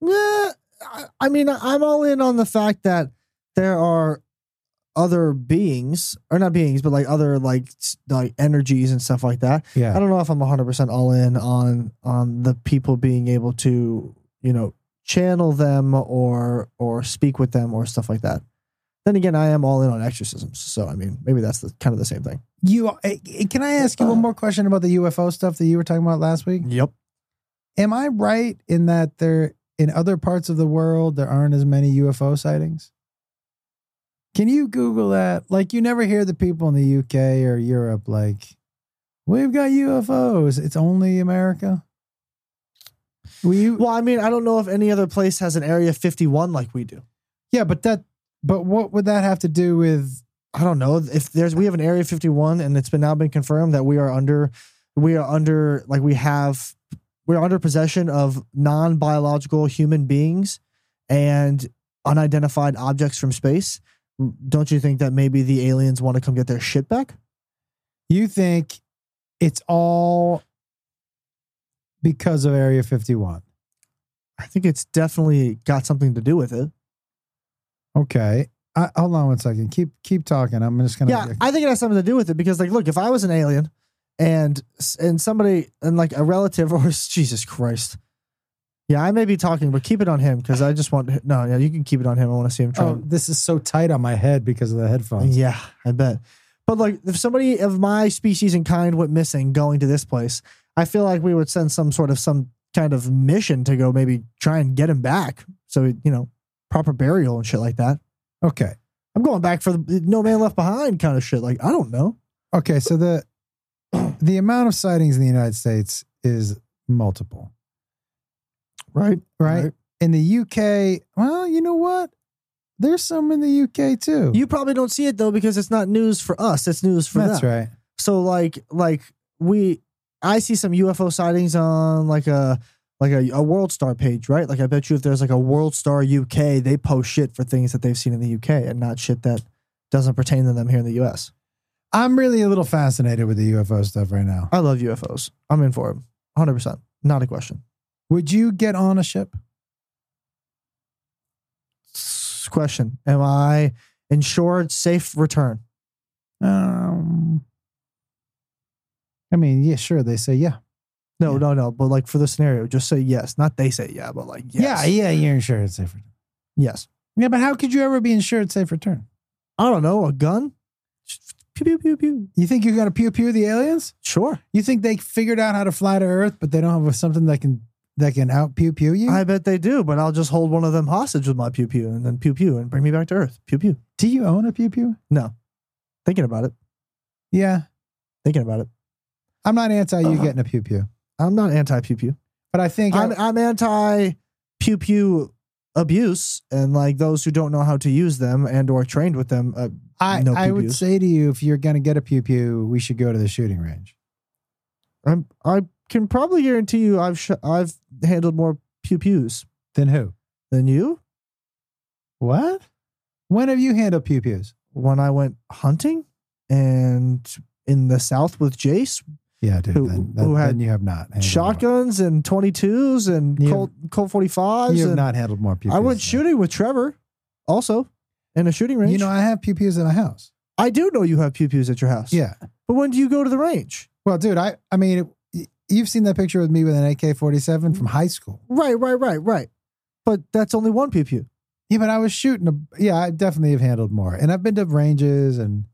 Speaker 2: Yeah, I- I mean, I'm all in on the fact that there are other beings, or not beings, but like other like s- like energies and stuff like that. I
Speaker 1: Yeah.
Speaker 2: don't know if I'm 100 percent all in on on the people being able to you know channel them or or speak with them or stuff like that. Then again, I am all in on exorcisms, so I mean, maybe that's the kind of the same thing.
Speaker 1: You, eh, eh, can I ask you one more question about the UFO stuff that you were talking about last week?
Speaker 2: Yep.
Speaker 1: Am I right in that there, in other parts of the world, there aren't as many UFO sightings? Can you Google that? Like, you never hear the people in the UK or Europe like, we've got UFOs. It's only America. We,
Speaker 2: Well, I mean, I don't know if any other place has an Area 51 like we do.
Speaker 1: yeah, but that, but what would that have to do with?
Speaker 2: I don't know if there's we have an Area 51 and it's been now been confirmed that we are under we are under like we have we're under possession of non-biological human beings and unidentified objects from space don't you think that maybe the aliens want to come get their shit back
Speaker 1: You think it's all because of Area 51.
Speaker 2: i think it's definitely got something to do with it
Speaker 1: Okay. I, hold on one second. Keep keep talking. I'm just gonna.
Speaker 2: yeah i think it has something to do with it because like look if i was an alien and and somebody and like a relative [LAUGHS] or jesus christ yeah i may be talking but keep it on him because i just want no yeah you can keep it on him i want to see him try
Speaker 1: oh, this is so tight on my head because of the headphones.
Speaker 2: Yeah, I bet. But like, if somebody of my species and kind went missing going to this place, I feel like we would send some sort of some kind of mission to go maybe try and get him back. So you know, proper burial and shit like that.
Speaker 1: Okay.
Speaker 2: I'm going back for the no man left behind kind of shit. Like I don't know.
Speaker 1: Okay. So the [CLEARS THROAT] the amount of sightings in the United States is multiple,
Speaker 2: Right.
Speaker 1: right? In the UK, well, you know what? There's some in the UK too.
Speaker 2: You probably don't see it though because it's not news for us. It's news for
Speaker 1: That's
Speaker 2: them.
Speaker 1: right.
Speaker 2: So like like we I see some UFO sightings on like a like a, a World Star page, right? Like I bet you if there's like a World Star UK, they post shit for things that they've seen in the UK and not shit that doesn't pertain to them here in the US.
Speaker 1: I'm really a little fascinated with the UFO stuff right now.
Speaker 2: I love UFOs. I'm in for them. 100%. Not a question.
Speaker 1: Would you get on a ship?
Speaker 2: S- Question. Am I insured safe return?
Speaker 1: Um, I mean, yeah, sure. They say yeah.
Speaker 2: No,
Speaker 1: Yeah.
Speaker 2: no, no. But like for the scenario, just say yes. Not they say yeah, but like
Speaker 1: Yeah,
Speaker 2: yes.
Speaker 1: yeah, your insurance safe return.
Speaker 2: Yes.
Speaker 1: Yeah, but how could you ever be insured safe return?
Speaker 2: I don't know. A gun? Pew, pew, pew, pew.
Speaker 1: You think you're gonna pew pew the aliens?
Speaker 2: Sure.
Speaker 1: You think they figured out how to fly to Earth, but they don't have something that can that can out pew pew you?
Speaker 2: I bet they do, but I'll just hold one of them hostage with my pew pew and then pew pew and bring me back to Earth. Pew pew.
Speaker 1: Do you own a pew pew?
Speaker 2: No. Thinking about it.
Speaker 1: Yeah,
Speaker 2: Thinking about it.
Speaker 1: I'm not anti you
Speaker 2: Uh-huh.
Speaker 1: getting a pew pew,
Speaker 2: I'm not anti pew pew.
Speaker 1: but I think
Speaker 2: I'm, I'm anti pew pew abuse and like those who don't know how to use them and or trained with them. Uh,
Speaker 1: I
Speaker 2: no
Speaker 1: I would
Speaker 2: pew-pews.
Speaker 1: say to you, if you're gonna get a pew pew, we should go to the shooting range.
Speaker 2: I'm, I can probably guarantee you I've sh- I've handled more pew pews
Speaker 1: Then who?
Speaker 2: than you
Speaker 1: What? When have you handled pew pews?
Speaker 2: when I went hunting and in the south with Jace,
Speaker 1: Yeah, dude.
Speaker 2: Who-
Speaker 1: then, then-
Speaker 2: who had
Speaker 1: then you have not handled
Speaker 2: shotguns and 22s and
Speaker 1: You-
Speaker 2: Colt, Colt 45s
Speaker 1: More. You have
Speaker 2: and
Speaker 1: not handled more pew pews.
Speaker 2: I went shooting with Trevor, also in a shooting range.
Speaker 1: You know, I have pew pews in my house.
Speaker 2: I do know you have pew pews at your house.
Speaker 1: Yeah.
Speaker 2: but when do you go to the range?
Speaker 1: Well, dude, I I mean, y- you've seen that picture with me with an AK forty seven from high school.
Speaker 2: Right, right, right, right. But that's only one pew pew.
Speaker 1: Yeah, but I was shooting. A, yeah, I definitely have handled more, and I've been to ranges. And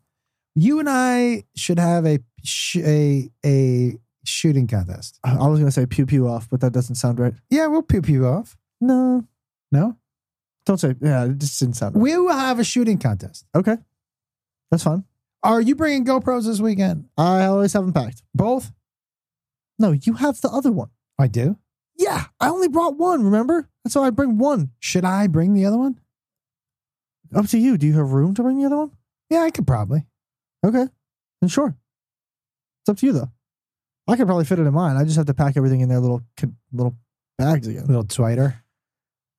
Speaker 1: you and I should have a sh- a a shooting contest.
Speaker 2: I I was gonna say pew pew off, but that doesn't sound right.
Speaker 1: Yeah, we'll pew pew off.
Speaker 2: No,
Speaker 1: No,
Speaker 2: don't say. Yeah, it just didn't sound right.
Speaker 1: we will have a shooting contest.
Speaker 2: okay, that's fine.
Speaker 1: Are you bringing GoPros this weekend?
Speaker 2: I always have them packed.
Speaker 1: Both.
Speaker 2: No, you have the other one.
Speaker 1: I do.
Speaker 2: Yeah, I only brought one. Remember, that's why I bring one.
Speaker 1: Should I bring the other one?
Speaker 2: Up to you. Do you have room to bring the other one?
Speaker 1: Yeah, I could probably.
Speaker 2: Okay, then sure. It's up to you though. I could probably fit it in mine. I just have to pack everything in their little kid- little bags again.
Speaker 1: little twiter.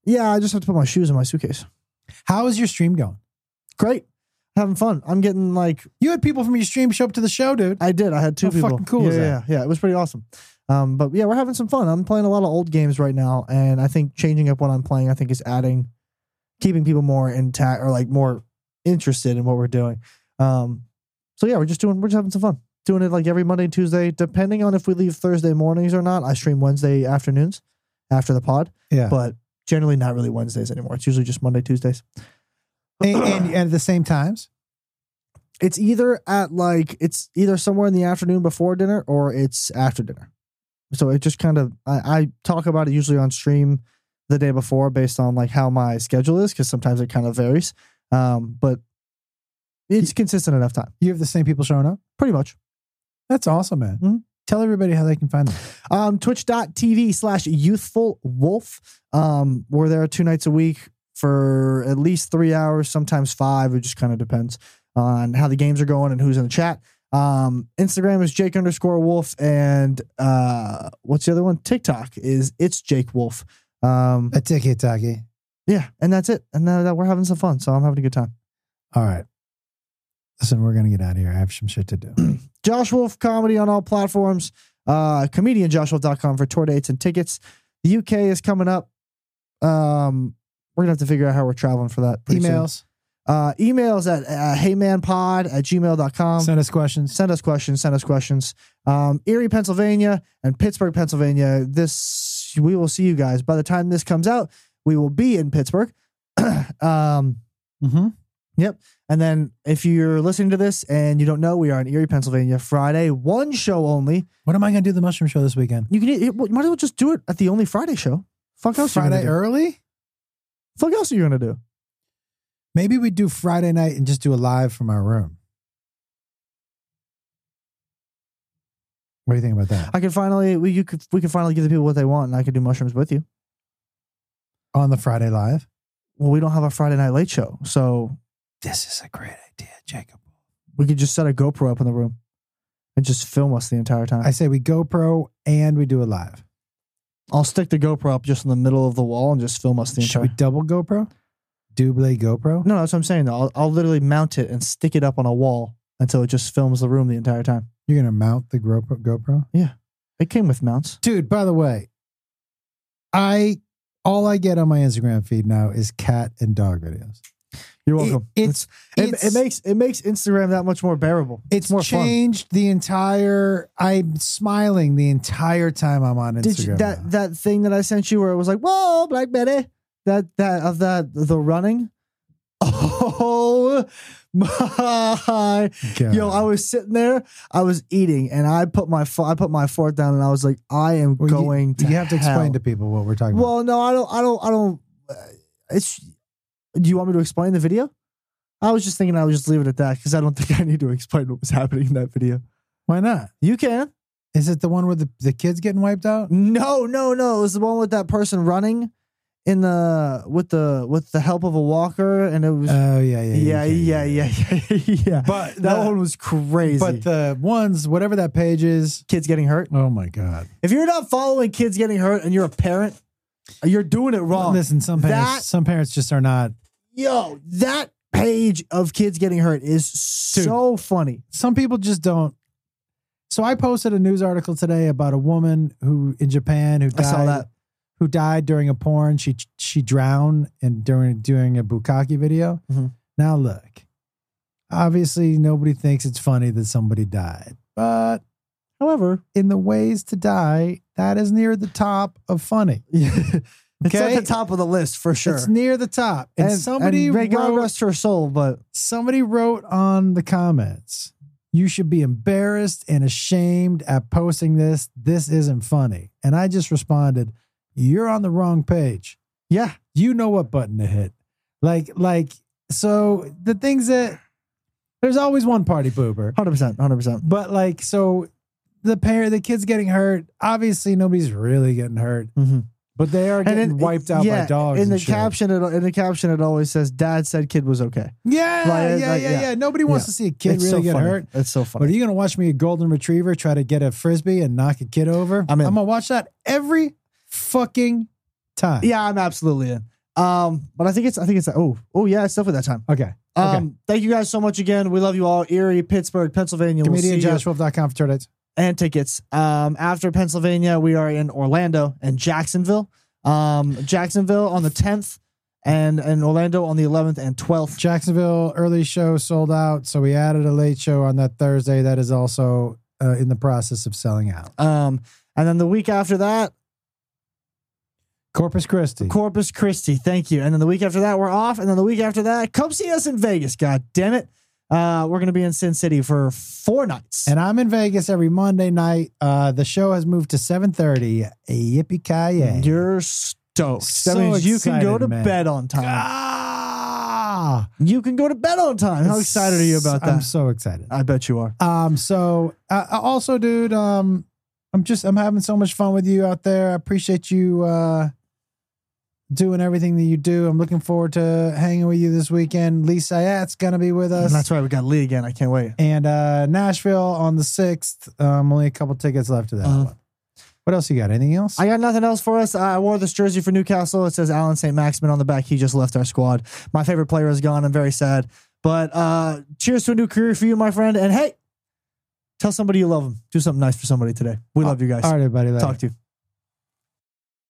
Speaker 2: Yeah, I just have to put my shoes in my suitcase.
Speaker 1: How is your stream going?
Speaker 2: Great, having fun. I'm getting like
Speaker 1: You had people from your stream show up to the show, dude.
Speaker 2: I did. I had two
Speaker 1: How
Speaker 2: people.
Speaker 1: fucking cool
Speaker 2: yeah,
Speaker 1: is
Speaker 2: yeah,
Speaker 1: that?
Speaker 2: yeah, yeah. It was pretty awesome. Um, but yeah, we're having some fun. I'm playing a lot of old games right now, and I think changing up what I'm playing, I think, is adding, keeping people more intact or like more interested in what we're doing. Um, so yeah, we're just doing, we're just having some fun, doing it like every Monday, and Tuesday, depending on if we leave Thursday mornings or not. I stream Wednesday afternoons after the pod,
Speaker 1: Yeah.
Speaker 2: but generally not really Wednesdays anymore. It's usually just Monday, Tuesdays.
Speaker 1: and, and, and at the same times.
Speaker 2: It's either at like it's either somewhere in the afternoon before dinner or it's after dinner. So it just kind of I, I talk about it usually on stream the day before based on like how my schedule is because sometimes it kind of varies. Um, but it's consistent enough time,
Speaker 1: You have the same people showing up.
Speaker 2: pretty much.
Speaker 1: That's awesome, man.
Speaker 2: Mhm.
Speaker 1: Tell everybody how they can find them.
Speaker 2: Um, twitch.tv slash youthful wolf. Um, we're there two nights a week for at least three hours, sometimes five. It just kind of depends on how the games are going and who's in the chat. Um, Instagram is Jake underscore Wolf, and uh, what's the other one? TikTok is it's Jake Wolf. Um,
Speaker 1: A ticky tacky.
Speaker 2: yeah, and that's it. And now that we're having some fun, so I'm having a good time.
Speaker 1: All right. Listen, we're gonna get out of here. I have some shit [CLEARS THROAT] to do.
Speaker 2: Josh Wolf comedy on all platforms. Uh, comedianjoshwolf.com for tour dates and tickets. The UK is coming up. Um, we're gonna have to figure out how we're traveling for that. pretty soon.
Speaker 1: Emails.
Speaker 2: uh, emails at uh, heymanpod at gmail.com.
Speaker 1: Send us questions.
Speaker 2: send us questions send us questions um, erie pennsylvania and pittsburgh pennsylvania this we will see you guys by the time this comes out we will be in pittsburgh [CLEARS THROAT] um,
Speaker 1: Mm-hmm.
Speaker 2: and then if you're listening to this and you don't know we are in erie pennsylvania friday one show only
Speaker 1: What am I gonna do at the mushroom show this weekend?
Speaker 2: you can you might as well just do it at the only friday show fuck else are you
Speaker 1: Friday
Speaker 2: gonna do?
Speaker 1: early?
Speaker 2: fuck else are you gonna do
Speaker 1: Maybe we do Friday night and just do a live from our room. What do you think about that?
Speaker 2: i could finally we you could we could finally give the people what they want and i could do mushrooms with you
Speaker 1: On the Friday live?
Speaker 2: well we don't have a friday night late show so
Speaker 1: This is a great idea, Jacob.
Speaker 2: we could just set a gopro up in the room and just film us the entire time
Speaker 1: I say we GoPro and we do it live.
Speaker 2: I'll stick the GoPro up just in the middle of the wall and just film us the
Speaker 1: Should we
Speaker 2: entire.
Speaker 1: double GoPro? Double GoPro?
Speaker 2: [LAUGHS] No, that's what I'm saying. Though I'll, I'll literally mount it and stick it up on a wall until it just films the room the entire time.
Speaker 1: You're gonna mount the GoPro GoPro?
Speaker 2: It came with mounts.
Speaker 1: Dude, by the way, I all I get on my Instagram feed now is cat and dog videos.
Speaker 2: You're
Speaker 1: It-
Speaker 2: welcome.
Speaker 1: it's-
Speaker 2: it,
Speaker 1: it's-
Speaker 2: it makes it makes Instagram that much more bearable.
Speaker 1: It's,
Speaker 2: more
Speaker 1: changed the entire. I'm smiling the entire time I'm on Instagram.
Speaker 2: fun. Did you,
Speaker 1: now.
Speaker 2: that that thing that I sent you where it was like, "Whoa, Black Betty," that that of that the running. [LAUGHS] Oh my
Speaker 1: God.
Speaker 2: Yo, I was sitting there, I was eating, and I put my fo- I put my fork down, and I was like, I am
Speaker 1: Well, you-
Speaker 2: going. to
Speaker 1: You have to
Speaker 2: hell.
Speaker 1: explain to people what we're talking about.
Speaker 2: Well, no, I don't. I don't. I don't. Uh, it's. Do you want me to explain the video? I was just thinking I would just leave it at that because I don't think I need to explain what was happening in that video.
Speaker 1: Why not?
Speaker 2: You can.
Speaker 1: Is it the one where the, the kids getting wiped out?
Speaker 2: No, no, no. It was the one with that person running in the with the with the help of a walker, and it was
Speaker 1: Oh yeah, yeah,
Speaker 2: yeah,
Speaker 1: okay,
Speaker 2: yeah, yeah, yeah, yeah, [LAUGHS]
Speaker 1: But
Speaker 2: That
Speaker 1: the-
Speaker 2: one was crazy.
Speaker 1: But the ones, whatever that page is.
Speaker 2: kids getting hurt.
Speaker 1: Oh my god!
Speaker 2: If you're not following kids getting hurt and you're a parent, you're doing it wrong.
Speaker 1: Listen, some parents,
Speaker 2: That-
Speaker 1: some parents just are not.
Speaker 2: Yo, that page of kids getting hurt is so funny.
Speaker 1: Some people just don't. So I posted a news article today about a woman who in Japan who
Speaker 2: I
Speaker 1: died
Speaker 2: saw that.
Speaker 1: who died during a porn. She she drowned and during doing a bukkake video.
Speaker 2: Mhm.
Speaker 1: Now look, obviously nobody thinks it's funny that somebody died, but
Speaker 2: However,
Speaker 1: in the ways to die, that is near the top of
Speaker 2: [LAUGHS]
Speaker 1: funny.
Speaker 2: it's
Speaker 1: Okay?
Speaker 2: at the top of the list for sure.
Speaker 1: It's near the top, and, somebody
Speaker 2: and may God
Speaker 1: wrote,
Speaker 2: rest her soul, but
Speaker 1: somebody wrote on the comments. You should be embarrassed and ashamed at posting this. This isn't funny. And I just responded, You're on the wrong page.
Speaker 2: yeah,
Speaker 1: you know what button to hit. Like, like, so the things that there's always one party pooper,
Speaker 2: hundred percent, hundred percent.
Speaker 1: but like, so the parent, the kid's getting hurt. Obviously, nobody's really getting hurt,
Speaker 2: Mm-hmm.
Speaker 1: but they are getting wiped out by dogs.
Speaker 2: In the
Speaker 1: and shit.
Speaker 2: caption, it, in the caption, it always says, "Dad said kid was okay."
Speaker 1: yeah,
Speaker 2: Like,
Speaker 1: yeah,
Speaker 2: like,
Speaker 1: yeah,
Speaker 2: yeah.
Speaker 1: yeah, Nobody wants
Speaker 2: Yeah.
Speaker 1: to see a kid
Speaker 2: it's
Speaker 1: really
Speaker 2: so
Speaker 1: get
Speaker 2: funny.
Speaker 1: hurt.
Speaker 2: It's so
Speaker 1: But are
Speaker 2: funny.
Speaker 1: you gonna watch me a golden retriever try to get a frisbee and knock a kid over?
Speaker 2: I'm in.
Speaker 1: gonna watch that every fucking time.
Speaker 2: yeah, I'm absolutely in. Um, but I think it's, I think it's, oh, oh yeah, it's definitely that time.
Speaker 1: Okay.
Speaker 2: Um, thank you guys so much again. We love you all, Erie, Pittsburgh, Pennsylvania. We'll see
Speaker 1: Comedian
Speaker 2: you.
Speaker 1: JoshWolf.com for tour dates.
Speaker 2: and tickets. Um, after Pennsylvania, we are in Orlando and Jacksonville. Um, Jacksonville on the 10th and, and Orlando on the 11th and 12th.
Speaker 1: Jacksonville early show sold out, so we added a late show on that Thursday. That is also uh, in the process of selling out.
Speaker 2: Um, and then the week after that,
Speaker 1: Corpus Christi.
Speaker 2: Corpus Christi. Thank you. And then the week after that, we're off. And then the week after that, come see us in Vegas. God damn it. Uh, we're going to be in Sin City for four nights.
Speaker 1: and I'm in Vegas every Monday night. Uh, the show has moved to 7:30. Yippee ki yay!
Speaker 2: You're stoked.
Speaker 1: So
Speaker 2: that means you can go
Speaker 1: excited,
Speaker 2: to
Speaker 1: man.
Speaker 2: bed on time.
Speaker 1: Ah!
Speaker 2: You can go to bed on time. How excited are you about that?
Speaker 1: I'm so excited.
Speaker 2: I bet you are.
Speaker 1: Um, so uh, also, dude, um, I'm just I'm having so much fun with you out there. I appreciate you uh doing everything that you do. I'm looking forward to hanging with you this weekend. Lee Sayat's going to be with us.
Speaker 2: And that's right. We got Lee again. I can't wait.
Speaker 1: And uh, Nashville on the 6th. Um, only a couple tickets left to that
Speaker 2: Uh,
Speaker 1: one. What else you got? Anything else?
Speaker 2: I got nothing else for us. I wore this jersey for Newcastle. It says Alan St. Maximin on the back. He just left our squad. My favorite player is gone. I'm very sad. But uh, cheers to a new career for you, my friend. And hey, tell somebody you love them. Do something nice for somebody today. We love you guys.
Speaker 1: Uh, All right, everybody. later.
Speaker 2: Talk to you.